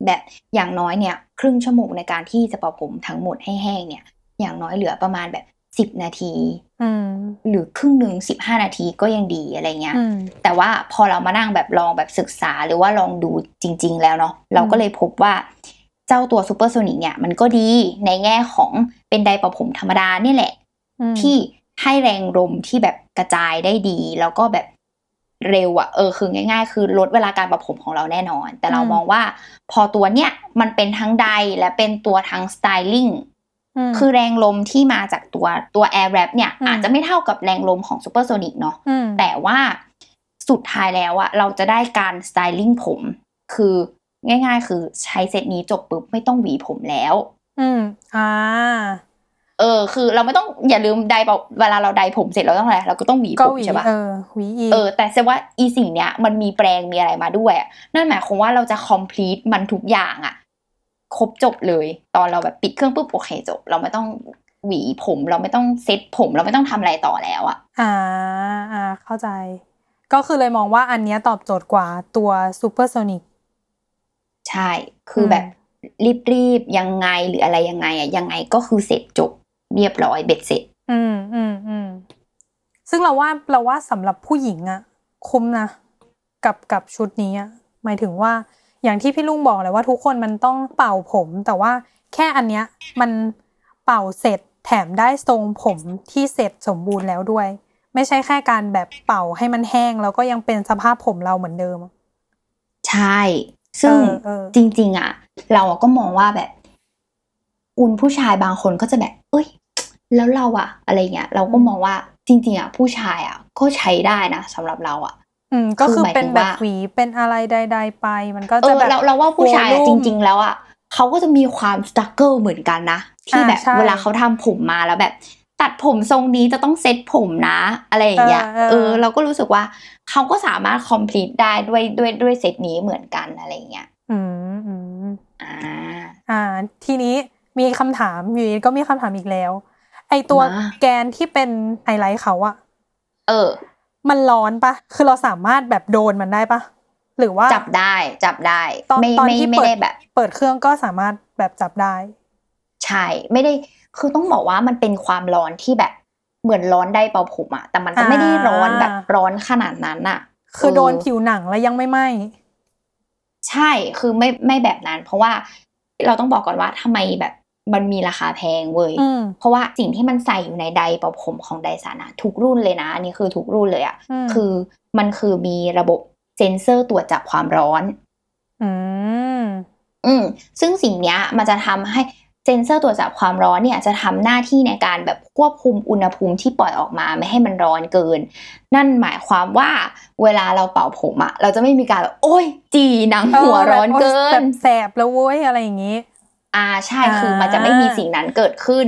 [SPEAKER 1] แบบอย่างน้อยเนี่ยครึ่งชั่วโมงในการที่จะเป่าผมทั้งหมดให้แห้งเนี่ย อย่างน้อยเหลือประมาณแบบ 10 นาที
[SPEAKER 2] อืม
[SPEAKER 1] หรือครึ่งหนึ่ง15 นาทีก็ยังดีอะไรเงี้ย
[SPEAKER 2] อืม
[SPEAKER 1] แต่ว่าพอเรามานั่งแบบลองแบบศึกษาหรือว่าลองดูจริง ๆ แล้วเนาะเราก็เลยพบว่าเจ้าตัวซูเปอร์โซนิกเนี่ยมันก็ดีในแง่ของเป็นไดร์เป่าผมธรรมดาเนี่ยแหละ
[SPEAKER 2] อืม
[SPEAKER 1] ที่ให้แรงลมที่แบบกระจายได้ดี แล้วก็แบบเร็วอะเออคือง่าย ๆ คือลดเวลาการประผมของเราแน่นอน แต่เรา
[SPEAKER 2] อืม
[SPEAKER 1] มองว่าพอตัวเนี้ยมันเป็นทั้งใดและเป็นตัวทั้งสไตลิ่ง
[SPEAKER 2] ม
[SPEAKER 1] คือแรงลมที่มาจากตัวตัว Air Wrap เนี่ย
[SPEAKER 2] อืม
[SPEAKER 1] อาจจะไม่เท่ากับแรงลมของซูเปอร์โซนิกเนาะ
[SPEAKER 2] อืม
[SPEAKER 1] แต่ว่าสุดท้ายแล้วอะเราจะได้การสไตลิ่งผม คือง่าย ๆ คือใช้เซตนี้จบปุ๊บไม่ต้องหวีผมแล้ว
[SPEAKER 2] อืมอ่า
[SPEAKER 1] เออคือเราไม่ต้องอย่าลืมไดร์เป่าเวลาเราไดร์ผมเสร็จเราต้องอะไรเราก็ต้องหวีผ
[SPEAKER 2] ก็
[SPEAKER 1] ม
[SPEAKER 2] หวี
[SPEAKER 1] ใช่ปะ
[SPEAKER 2] เออหวีอีก
[SPEAKER 1] เออแต่แสดงว่าอีสิ่งเนี้ยมันมีแปรงมีอะไรมาด้วยอะนั่นหมายความว่าเราจะ complete มันทุกอย่างอะครบจบเลย ตอนเราแบบปิดเครื่องปุ๊บโอเคจบ เราไม่ต้องหวีผม เราไม่ต้องเซ็ตผม เราไม่ต้องทำอะไรต่อแล้วอะ
[SPEAKER 2] อ่าอ่า เข้าใจ ก็คือเลยมองว่าอันเนี้ยตอบโจทย์กว่าตัวซูเปอร์โซนิก
[SPEAKER 1] ใช่ คืออ
[SPEAKER 2] ม
[SPEAKER 1] แบบรีบๆยังไงหรืออะไรยังไงอะยังไงก็คือเสร็จจบเรียบร้อยเบ็ดเสร็จ
[SPEAKER 2] อืมอืมอืมซึ่งเราว่าเราว่าสำหรับผู้หญิงอะคุ้มนะ กับกับชุดนี้อะ หมายถึงว่าอย่างที่พี่ลุงบอกเลยว่าทุกคนมันต้องเป่าผม แต่ว่าแค่อันเนี้ยมันเป่าเสร็จแถมได้ทรงผมที่เสร็จสมบูรณ์แล้วด้วย ไม่ใช่แค่การแบบเป่าให้มันแห้ง แล้วก็ยังเป็นสภาพผมเราเหมือนเดิม
[SPEAKER 1] ใช่ ซึ่ง
[SPEAKER 2] เออเออ
[SPEAKER 1] จริง ๆ อ่ะ เราก็มองว่าแบบ อุ่นผู้ชายบางคนก็จะแบบ เอ้ย แล้วเราอ่ะ อะไรเงี้ย เราก็มองว่าจริง ๆ อ่ะ ผู้ชายอ่ะ ก็ใช้ได้นะสำหรับเราอ่ะ
[SPEAKER 2] อืมก็
[SPEAKER 1] คือ
[SPEAKER 2] คือ
[SPEAKER 1] หมาย
[SPEAKER 2] เป็น
[SPEAKER 1] ถึง
[SPEAKER 2] แบบ
[SPEAKER 1] ว่า
[SPEAKER 2] หวีเป็นอะไรใด ๆ ไป มันก็
[SPEAKER 1] เอ
[SPEAKER 2] จะ
[SPEAKER 1] อ
[SPEAKER 2] แบบ
[SPEAKER 1] เราเราว่าผู้ชายอะ
[SPEAKER 2] โว
[SPEAKER 1] จ
[SPEAKER 2] ลุ่ม
[SPEAKER 1] ริง ๆ แล้วอ่ะเขาก็จะมีความสตรั๊กเกิลเหมือนกันนะ ที่
[SPEAKER 2] อ่า
[SPEAKER 1] แบบ
[SPEAKER 2] ใช่
[SPEAKER 1] เวลาเขาทำผมมาแล้วแบบ ตัดผมทรงนี้จะต้องเซ็ตผมนะ อะไรอย่างเงี้ยเออ เราก็รู้สึกว่าเขาก็สามารถคอมพลีทได้ด้วยด้วยด้วยเซตนี้เหมือนกันอะไรอย่างเงี้ย
[SPEAKER 2] อืมอืม
[SPEAKER 1] อ่า
[SPEAKER 2] อ่า ทีนี้มีคำถามอยู่ดีก็มีคำถามอีกแล้ว ไอตัว
[SPEAKER 1] มา
[SPEAKER 2] แกนที่เป็นไฮไลท์เขาอะ
[SPEAKER 1] เออ
[SPEAKER 2] มันร้อนปะคือเราสามารถแบบโดนมันได้ปะหรือว่า
[SPEAKER 1] จับได้จับได้
[SPEAKER 2] ตอน
[SPEAKER 1] ไม่
[SPEAKER 2] ตอน
[SPEAKER 1] ไม่
[SPEAKER 2] ที่
[SPEAKER 1] ไม่
[SPEAKER 2] เปิด
[SPEAKER 1] ได้แบบ
[SPEAKER 2] เปิดเครื่องก็สามารถแบบจับได้
[SPEAKER 1] ใช่ไม่ได้คือต้องบอกว่ามันเป็นความร้อนที่แบบเหมือนร้อนได้เป่าผมอะแต่มันก็ไม่ได้ร้อน
[SPEAKER 2] อ่า
[SPEAKER 1] แบบร้อนขนาดนั้นอะ
[SPEAKER 2] คือ
[SPEAKER 1] เ
[SPEAKER 2] โดนผิวหนังแล้วยังไม่ไหม
[SPEAKER 1] ใช่คือไม่ไม่แบบนั้น เพราะว่าเราต้องบอกก่อนว่าทำไมแบบมันมีราคาแพงเว้ย
[SPEAKER 2] อืม
[SPEAKER 1] เพราะว่าสิ่งที่มันใส่อยู่ในไดร์เป่าผมของไดสันอะทุกรุ่นเลยนะอันนี้คือทุกรุ่นเลยอะ
[SPEAKER 2] อืม
[SPEAKER 1] คือมันคือมีระบบเซ็นเซอร์ตรวจจับความร้อน
[SPEAKER 2] อืม
[SPEAKER 1] อืมซึ่งสิ่งเนี้ยมันจะทำให้เซ็นเซอร์ตรวจจับความร้อนเนี่ยจะทำหน้าที่ในการแบบควบคุมอุณหภูมิที่ปล่อยออกมาไม่ให้มันร้อนเกิน นั่นหมายความว่าเวลาเราเป่าผมอะเราจะไม่มีการแบบโอ้ยจีหนังหัวร้อนเกิ
[SPEAKER 2] เออ
[SPEAKER 1] น
[SPEAKER 2] แบบโอ๊ยแบบแสบแล้วเว้ยอะไรอย่างนี้
[SPEAKER 1] อ่าใช่
[SPEAKER 2] อ่า
[SPEAKER 1] คือมันจะไม่มีสิ่งนั้นเกิดขึ้น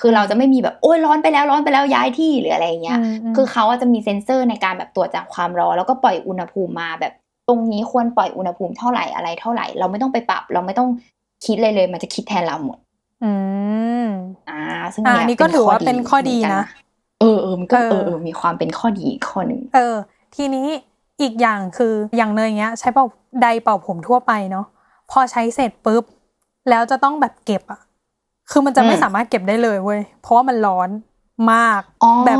[SPEAKER 1] คือเราจะไม่มีแบบโอ้ยร้อนไปแล้วร้อนไปแล้วย้ายที่หรืออะไรอย่างเงี้ย
[SPEAKER 2] มม
[SPEAKER 1] คือเขาอะจะมีเซ็นเซอร์ในการแบบตรวจจับความร้อนแล้วก็ปล่อยอุณหภูมิมาแบบ ตรงนี้ควรปล่อยอุณหภูมิเท่าไหร่อะไรเท่าไหร่ เราไม่ต้องไปปรับ เราไม่ต้องคิดเลยเลย มันจะคิดแทนเราหมด
[SPEAKER 2] อืม
[SPEAKER 1] อ่า ซึ่ง
[SPEAKER 2] อ่า
[SPEAKER 1] เย
[SPEAKER 2] นี่ก็ถือว่าเป็นข้อดีนะ
[SPEAKER 1] เหมือนกันนะเออเออมันก็
[SPEAKER 2] เอ
[SPEAKER 1] เอ
[SPEAKER 2] อ
[SPEAKER 1] อเออมีความเป็นข้อดีอีกข้อหนึ่ง
[SPEAKER 2] เออ ทีนี้อีกอย่างคืออย่างเนยเงี้ย ใช้เป่าไดร์เป่าผมทั่วไปเนาะพอใช้เสร็จปุ๊บ แล้วจะต้องแบบเก็บอะคือมันจะไม่สามารถเก็บได้เลยเว้ยเพราะว่ามันร้อนมาก
[SPEAKER 1] อ๋อ
[SPEAKER 2] แบบ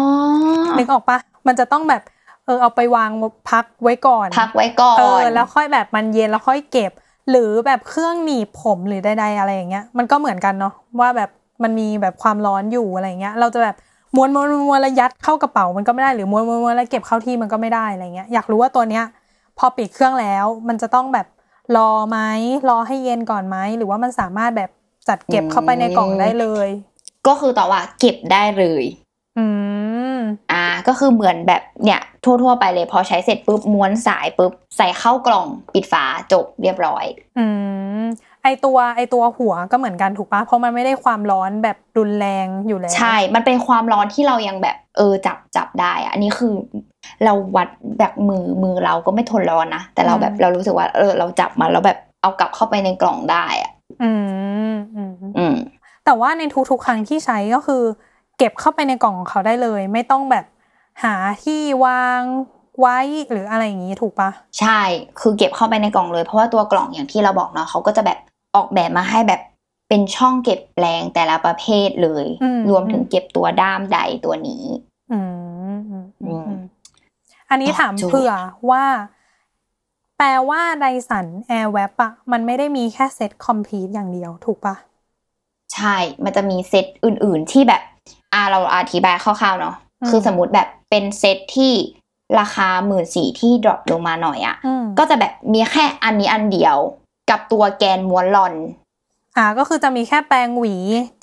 [SPEAKER 2] นึกออกปะมันจะต้องแบบเออเอาไปวางพักไว้ก่อน
[SPEAKER 1] พักไว้ก่อน
[SPEAKER 2] เออแล้วค่อยแบบมันเย็นแล้วค่อยเก็บ หรือแบบเครื่องหนีบผมหรือใดๆอะไรอย่างเงี้ยมันก็เหมือนกันเนาะว่าแบบมันมีแบบความร้อนอยู่อะไรเงี้ย เราจะแบบม้วนม้วนม้วนแล้วยัดเข้ากระเป๋ามันก็ไม่ได้หรือม้วนม้วนม้วนแล้วเก็บเข้าที่มันก็ไม่ได้อะไรเงี้ยอยากรู้ว่าตัวเนี้ย พอปิดเครื่องแล้ว มันจะต้องแบบรอไหมรอให้เย็นก่อนไหมหรือว่ามันสามารถแบบจัดเก็บเข้าไปในกล่องได้เลย
[SPEAKER 1] ก็คือต่อว่าเก็บได้เลย
[SPEAKER 2] อืม
[SPEAKER 1] อ่าก็คือเหมือนแบบเนี่ยทั่ว ๆ ไปเลยพอใช้เสร็จปุ๊บม้วนสายปุ๊บใส่เข้ากล่องปิดฝาจบเรียบร้อย
[SPEAKER 2] อืมไอตัวไอตัวหัวก็เหมือนกันถูกปะเพราะมันไม่ได้ความร้อนแบบรุนแรงอยู่แล้ว
[SPEAKER 1] ใช่ มันเป็นความร้อนที่เรายังแบบเออจับจับได้อะอันนี้คือเราวัดแบบมือมือเราก็ไม่ทนร้อนนะ แต่เราแบบ
[SPEAKER 2] อืม
[SPEAKER 1] เรารู้สึกว่าเออเราจับมันแล้วแบบเอากลับเข้าไปในกล่องได้อ่ะ
[SPEAKER 2] อืมอืม
[SPEAKER 1] อืม
[SPEAKER 2] แต่ว่าในทุกๆครั้งที่ใช้ก็คือ เก็บเข้าไปในกล่องของเขาได้เลย ไม่ต้องแบบหาที่วางไว้หรืออะไรอย่างนี้ถูกปะ
[SPEAKER 1] ใช่คือเก็บเข้าไปในกล่องเลย เพราะว่าตัวกล่องอย่างที่เราบอกเนาะเขาก็จะแบบออกแบบมาให้แบบเป็นช่องเก็บแปลงแต่ละประเภทเลย รวมถึงเก็บตัวด้ามใดตัวนี้
[SPEAKER 2] อืมอืมอืม
[SPEAKER 1] อืม
[SPEAKER 2] อันนี้ถาม
[SPEAKER 1] ตอบโจทย์
[SPEAKER 2] เผื่อว่า แปลว่าไดสันแอร์แวบอะมันไม่ได้มีแค่เซตคอมพลีทอย่างเดียวถูกปะ
[SPEAKER 1] ใช่ มันจะมีเซตอื่น ๆ ที่แบบ อ่าเราอธิบายคร่าวๆ เนาะ คือสมมติแบบเป็นเซตที่ราคาหมื่นสี่ที่ดรอปลงมาหน่อยอะ่ะ
[SPEAKER 2] อืม
[SPEAKER 1] ก็จะแบบมีแค่อันนี้อันเดียว กับตัวแกนม้วนลอน
[SPEAKER 2] อ่าก็คือจะมีแค่แปรงหวี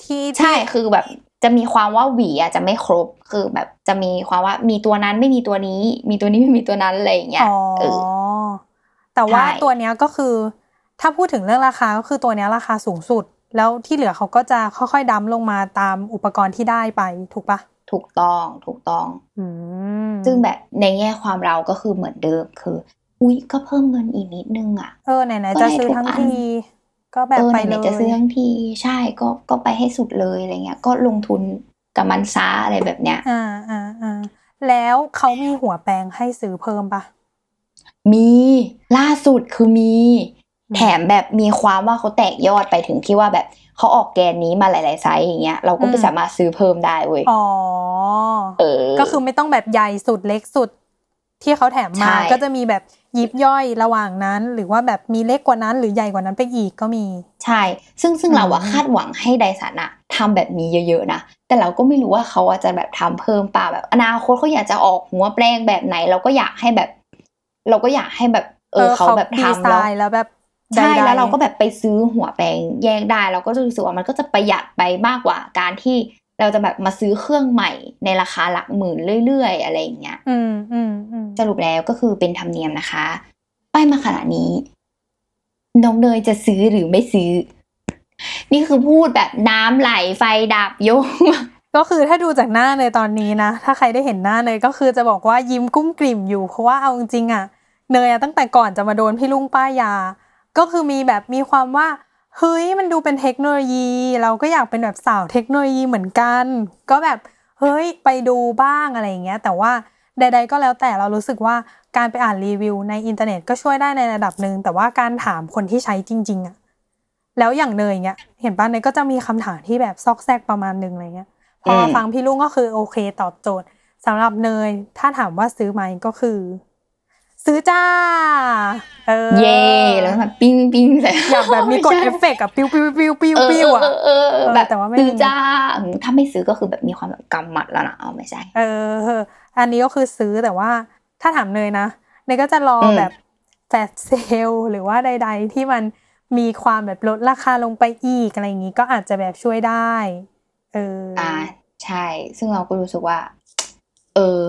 [SPEAKER 2] ที่
[SPEAKER 1] ใช่ คือแบบจะมีความว่าหวีอ่ะจะไม่ครบ คือแบบจะมีความว่ามีตัวนั้นไม่มีตัวนี้ มีตัวนี้ไม่มีตัวนั้นอะไรอย่างเงี้ย
[SPEAKER 2] อ๋อ
[SPEAKER 1] เออ
[SPEAKER 2] แต่ว่า
[SPEAKER 1] ใช่
[SPEAKER 2] ตัวเนี้ยก็คือ ถ้าพูดถึงเรื่องราคาก็คือตัวเนี้ยราคาสูงสุด แล้วที่เหลือเขาก็จะค่อยๆดั้มลงมาตามอุปกรณ์ที่ได้ไปถูกปะ
[SPEAKER 1] ถูกต้อง ถูกต้อง
[SPEAKER 2] อืม
[SPEAKER 1] ซึ่งแบบในแง่ความเราก็คือเหมือนเดิม คือ อุ๊ย ก็เพิ่มเงินอีกนิดนึงอ่ะ
[SPEAKER 2] เออไหนๆจะซื้อทั้งทีก็แบบ
[SPEAKER 1] เออ
[SPEAKER 2] ไป
[SPEAKER 1] ไห
[SPEAKER 2] เล
[SPEAKER 1] น
[SPEAKER 2] ย
[SPEAKER 1] ๆจะซื้อทั้งทีใช่ก็ก็ไปให้สุดเลยอะไรเงี้ย ก็ลงทุนกับมันซาอะไรแบบเนี้ย
[SPEAKER 2] อ่าอ่าอ่าแล้วเขามีหัวแปรงให้ซื้อเพิ่มปะ
[SPEAKER 1] มีล่าสุดคือมี
[SPEAKER 2] อืม
[SPEAKER 1] แถมแบบมีความว่าเขาแตกยอดไปถึงที่ว่าแบบเขาออกแกนนี้มาหลาย ๆ ไซส์อย่างเงี้ยเราก็ไปสามารถซื้อเพิ่มได้เว้ย
[SPEAKER 2] อ๋อ
[SPEAKER 1] เออ
[SPEAKER 2] ก็คือไม่ต้องแบบใหญ่สุดเล็กสุด ที่เขาแถมมา
[SPEAKER 1] ใช่
[SPEAKER 2] ก็จะมีแบบใ ยิบย่อยระหว่างนั้น หรือว่าแบบมีเล็กกว่านั้นหรือใหญ่กว่านั้นไปอีกก็มี
[SPEAKER 1] ใช่ ซึ่งซึ่ง
[SPEAKER 2] อืม
[SPEAKER 1] เราอะคาดหวังให้ไดสันอะทำแบบนี้เยอะๆนะ แต่เราก็ไม่รู้ว่าเขาอะจะแบบทำเพิ่มเปล่าแบบอนาคตเขาอยากจะออกหัวแปลงแบบไหน เราก็อยากให้แบบ เราก็อยากให้แบบเออเขาแบบ
[SPEAKER 2] ดีไซ
[SPEAKER 1] ทำแล้ว
[SPEAKER 2] น์แล้วแบบ
[SPEAKER 1] ใช่
[SPEAKER 2] ใดๆ
[SPEAKER 1] แล้วเราก็แบบไปซื้อหัวแปรงแยกได้ เราก็จะรู้สึกว่ามันก็จะประหยัดไปมากกว่าการที่เราจะแบบมาซื้อเครื่องใหม่ในราคาหลักหมื่นเรื่อยๆ อะไรอย่างเงี้ย
[SPEAKER 2] อืมอืมอืม
[SPEAKER 1] สรุปแล้วก็คือเป็นธรรมเนียมนะคะ ป้ายมาขนาดนี้ น้องเนยจะซื้อหรือไม่ซื้อ นี่คือพูดแบบน้ำไหลไฟดับโยง
[SPEAKER 2] ก็คือถ้าดูจากหน้าเลยตอนนี้นะ ถ้าใครได้เห็นหน้าเลยก็คือจะบอกว่ายิ้มกุ้มกลิ่มอยู่ เพราะว่าเอาจริงๆอ่ะเนยอะตั้งแต่ก่อนจะมาโดนพี่ลุงป้ายา ก็คือมีแบบมีความว่าเฮ้ยมันดูเป็นเทคโนโลยี เราก็อยากเป็นแบบสาวเทคโนโลยีเหมือนกัน ก็แบบเฮ้ยไปดูบ้างอะไรอย่างเงี้ย แต่ว่าใด ๆ ก็แล้วแต่เรารู้สึกว่าการไปอ่านรีวิวในอินเทอร์เน็ตก็ช่วยได้ในระดับหนึ่งแต่ว่าการถามคนที่ใช้จริง ๆอ่ะแล้วอย่างเนยเงี้ยเห็นป้าเนยก็จะมีคำถามที่แบบซอกแซกประมาณหนึงอะไรเงี้ย พอ
[SPEAKER 1] อืม
[SPEAKER 2] ฟังพี่ลุงก็คือโอเคตอบโจทย์สำหรับเนย ถ้าถามว่าซื้อไหมก็คือ ซื้อจ้า เออ
[SPEAKER 1] เย่แล้วแบบปิ้งปิ้งๆๆเลย
[SPEAKER 2] อยากแบบมีกด
[SPEAKER 1] ไใช่
[SPEAKER 2] เอฟเฟกต์อะปิ้วปิ้วปิ้วปิ้ว
[SPEAKER 1] เออ
[SPEAKER 2] ปิ้วอะ
[SPEAKER 1] เออเออเออ
[SPEAKER 2] เออ
[SPEAKER 1] แบบ
[SPEAKER 2] แต่ว่าไม่
[SPEAKER 1] ซื้อ
[SPEAKER 2] มี
[SPEAKER 1] จ้าถ้าไม่ซื้อก็คือแบบมีความแบบกำหมัดแล้วนะเอาไม่ใช่
[SPEAKER 2] เออเออ อันนี้ก็คือซื้อแต่ว่าถ้าถามเนยนะเนยก็จะรออ
[SPEAKER 1] ม
[SPEAKER 2] แบบแฟลชเซลหรือว่าใด ๆ ที่มันมีความแบบลดราคาลงไปอีกอะไรอย่างนี้ก็อาจจะแบบช่วยได้ เอออ
[SPEAKER 1] อ่าใช่ ซึ่งเราก็รู้สึกว่า เออ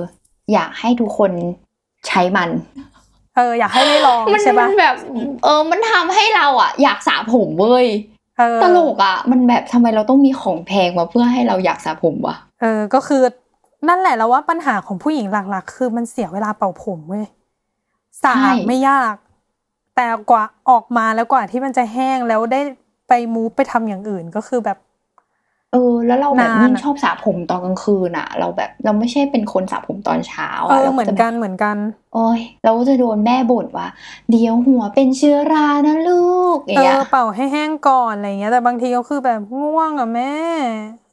[SPEAKER 1] อยากให้ทุกคนใช้มัน
[SPEAKER 2] เออ อยากให้ได้ลอง
[SPEAKER 1] มัน
[SPEAKER 2] ใช่
[SPEAKER 1] มั
[SPEAKER 2] ปะ
[SPEAKER 1] นแบบ เออ มันทำให้เราอ่ะ อยากสระผมเว้ย
[SPEAKER 2] เออ
[SPEAKER 1] ตลกอ่ะ มันแบบทำไมเราต้องมีของแพงมาเพื่อให้เราอยากสระผมวะ
[SPEAKER 2] เออ ก็คือนั่นแหละแล้วว่าปัญหาของผู้หญิงหลัก ๆ คือมันเสียเวลาเป่าผมเว้ยสระไม่ยาก แต่กว่าออกมาแล้วกว่าที่มันจะแห้งแล้วได้ไปมูฟไปทำอย่างอื่นก็คือแบบ
[SPEAKER 1] เออ แล้วเราแบบ
[SPEAKER 2] นานอะ
[SPEAKER 1] ยิ่งชอบสระผมตอนกลางคืนอ่ะ เราแบบเราไม่ใช่เป็นคนสระผมตอนเช้า
[SPEAKER 2] เอ
[SPEAKER 1] อ่ะ
[SPEAKER 2] อ
[SPEAKER 1] รา
[SPEAKER 2] เหมือน
[SPEAKER 1] จะแบบ
[SPEAKER 2] กันเหมือนกัน
[SPEAKER 1] โอ้ยเราก็จะโดนแม่บ่นว่า เดี๋ยวหัวเป็นเชื้อรานะลูกอย่า
[SPEAKER 2] เอง
[SPEAKER 1] เงี้
[SPEAKER 2] อย เป่าให้แห้งก่อนอะไรเงี้ย แต่บางทีก็คือแบบง่วงอ่ะแม่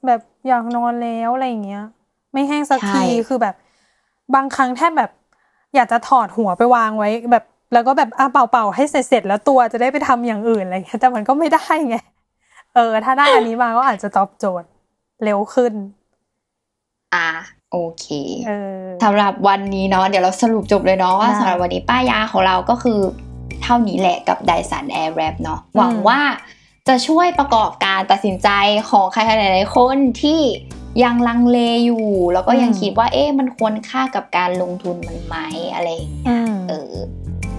[SPEAKER 2] แบบอยากนอนแล้วอะไรเงี้ย ไม่แห้งสัก
[SPEAKER 1] ใช่
[SPEAKER 2] ทีคือแบบ บางครั้งแทบแบบ อยากจะถอดหัวไปวางไว้ แบบ แล้วก็แบบอ่ะเป่าเป่าๆให้เสร็จเสร็จแล้วตัวจะได้ไปทำอย่างอื่นอะไรเงี้ยแต่มันก็ไม่ได้ไงเออ ถ้าได้อันนี้มาก็อาจจะตอบโจทย์เร็วขึ้น
[SPEAKER 1] อ่ะโอเค
[SPEAKER 2] เออ
[SPEAKER 1] สำหรับวันนี้เนาะเดี๋ยวเราสรุปจบเลยเนาะว่า
[SPEAKER 2] ได้
[SPEAKER 1] สำหรับวันนี้ป้ายาของเราก็คือ เท่านี้แหละกับ Dyson Airwrap เนาะหวัง
[SPEAKER 2] อืม
[SPEAKER 1] ว่าจะช่วยประกอบการตัดสินใจของใครๆหลายๆคนที่ยังลังเลอยู่ แล้วก็ยังคิดว่าเอ๊ะมันควรค่ากับการลงทุนมันไหมอะไรอย่างเงี้ย
[SPEAKER 2] อืม
[SPEAKER 1] เออ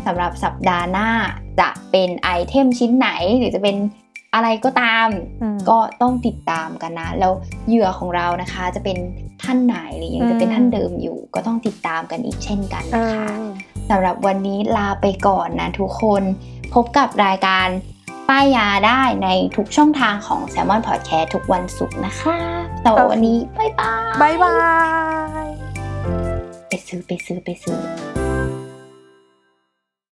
[SPEAKER 1] สำหรับสัปดาห์หน้าจะเป็นไอเทมชิ้นไหน หรือจะเป็นอะไรก็ตาม
[SPEAKER 2] อืม
[SPEAKER 1] ก็ต้องติดตามกันนะ แล้วเหยื่อของเรานะคะจะเป็นท่านไหนหรือยังจะเป็น
[SPEAKER 2] อืม
[SPEAKER 1] ท่านเดิมอยู่ ก็ต้องติดตามกันอีกเช่นกัน
[SPEAKER 2] เอ
[SPEAKER 1] นะคะ
[SPEAKER 2] อ
[SPEAKER 1] สำหรับวันนี้ลาไปก่อนนะทุกคน พบกับรายการป้ายยาได้ในทุกช่องทางของ s ซ l m o n Podcast ทุกวันศุกร์นะคะสำหรับวันนี้บ๊ายบาย
[SPEAKER 2] บ๊ายบาย
[SPEAKER 1] ไปซื้อไปซื้อไปซื้อ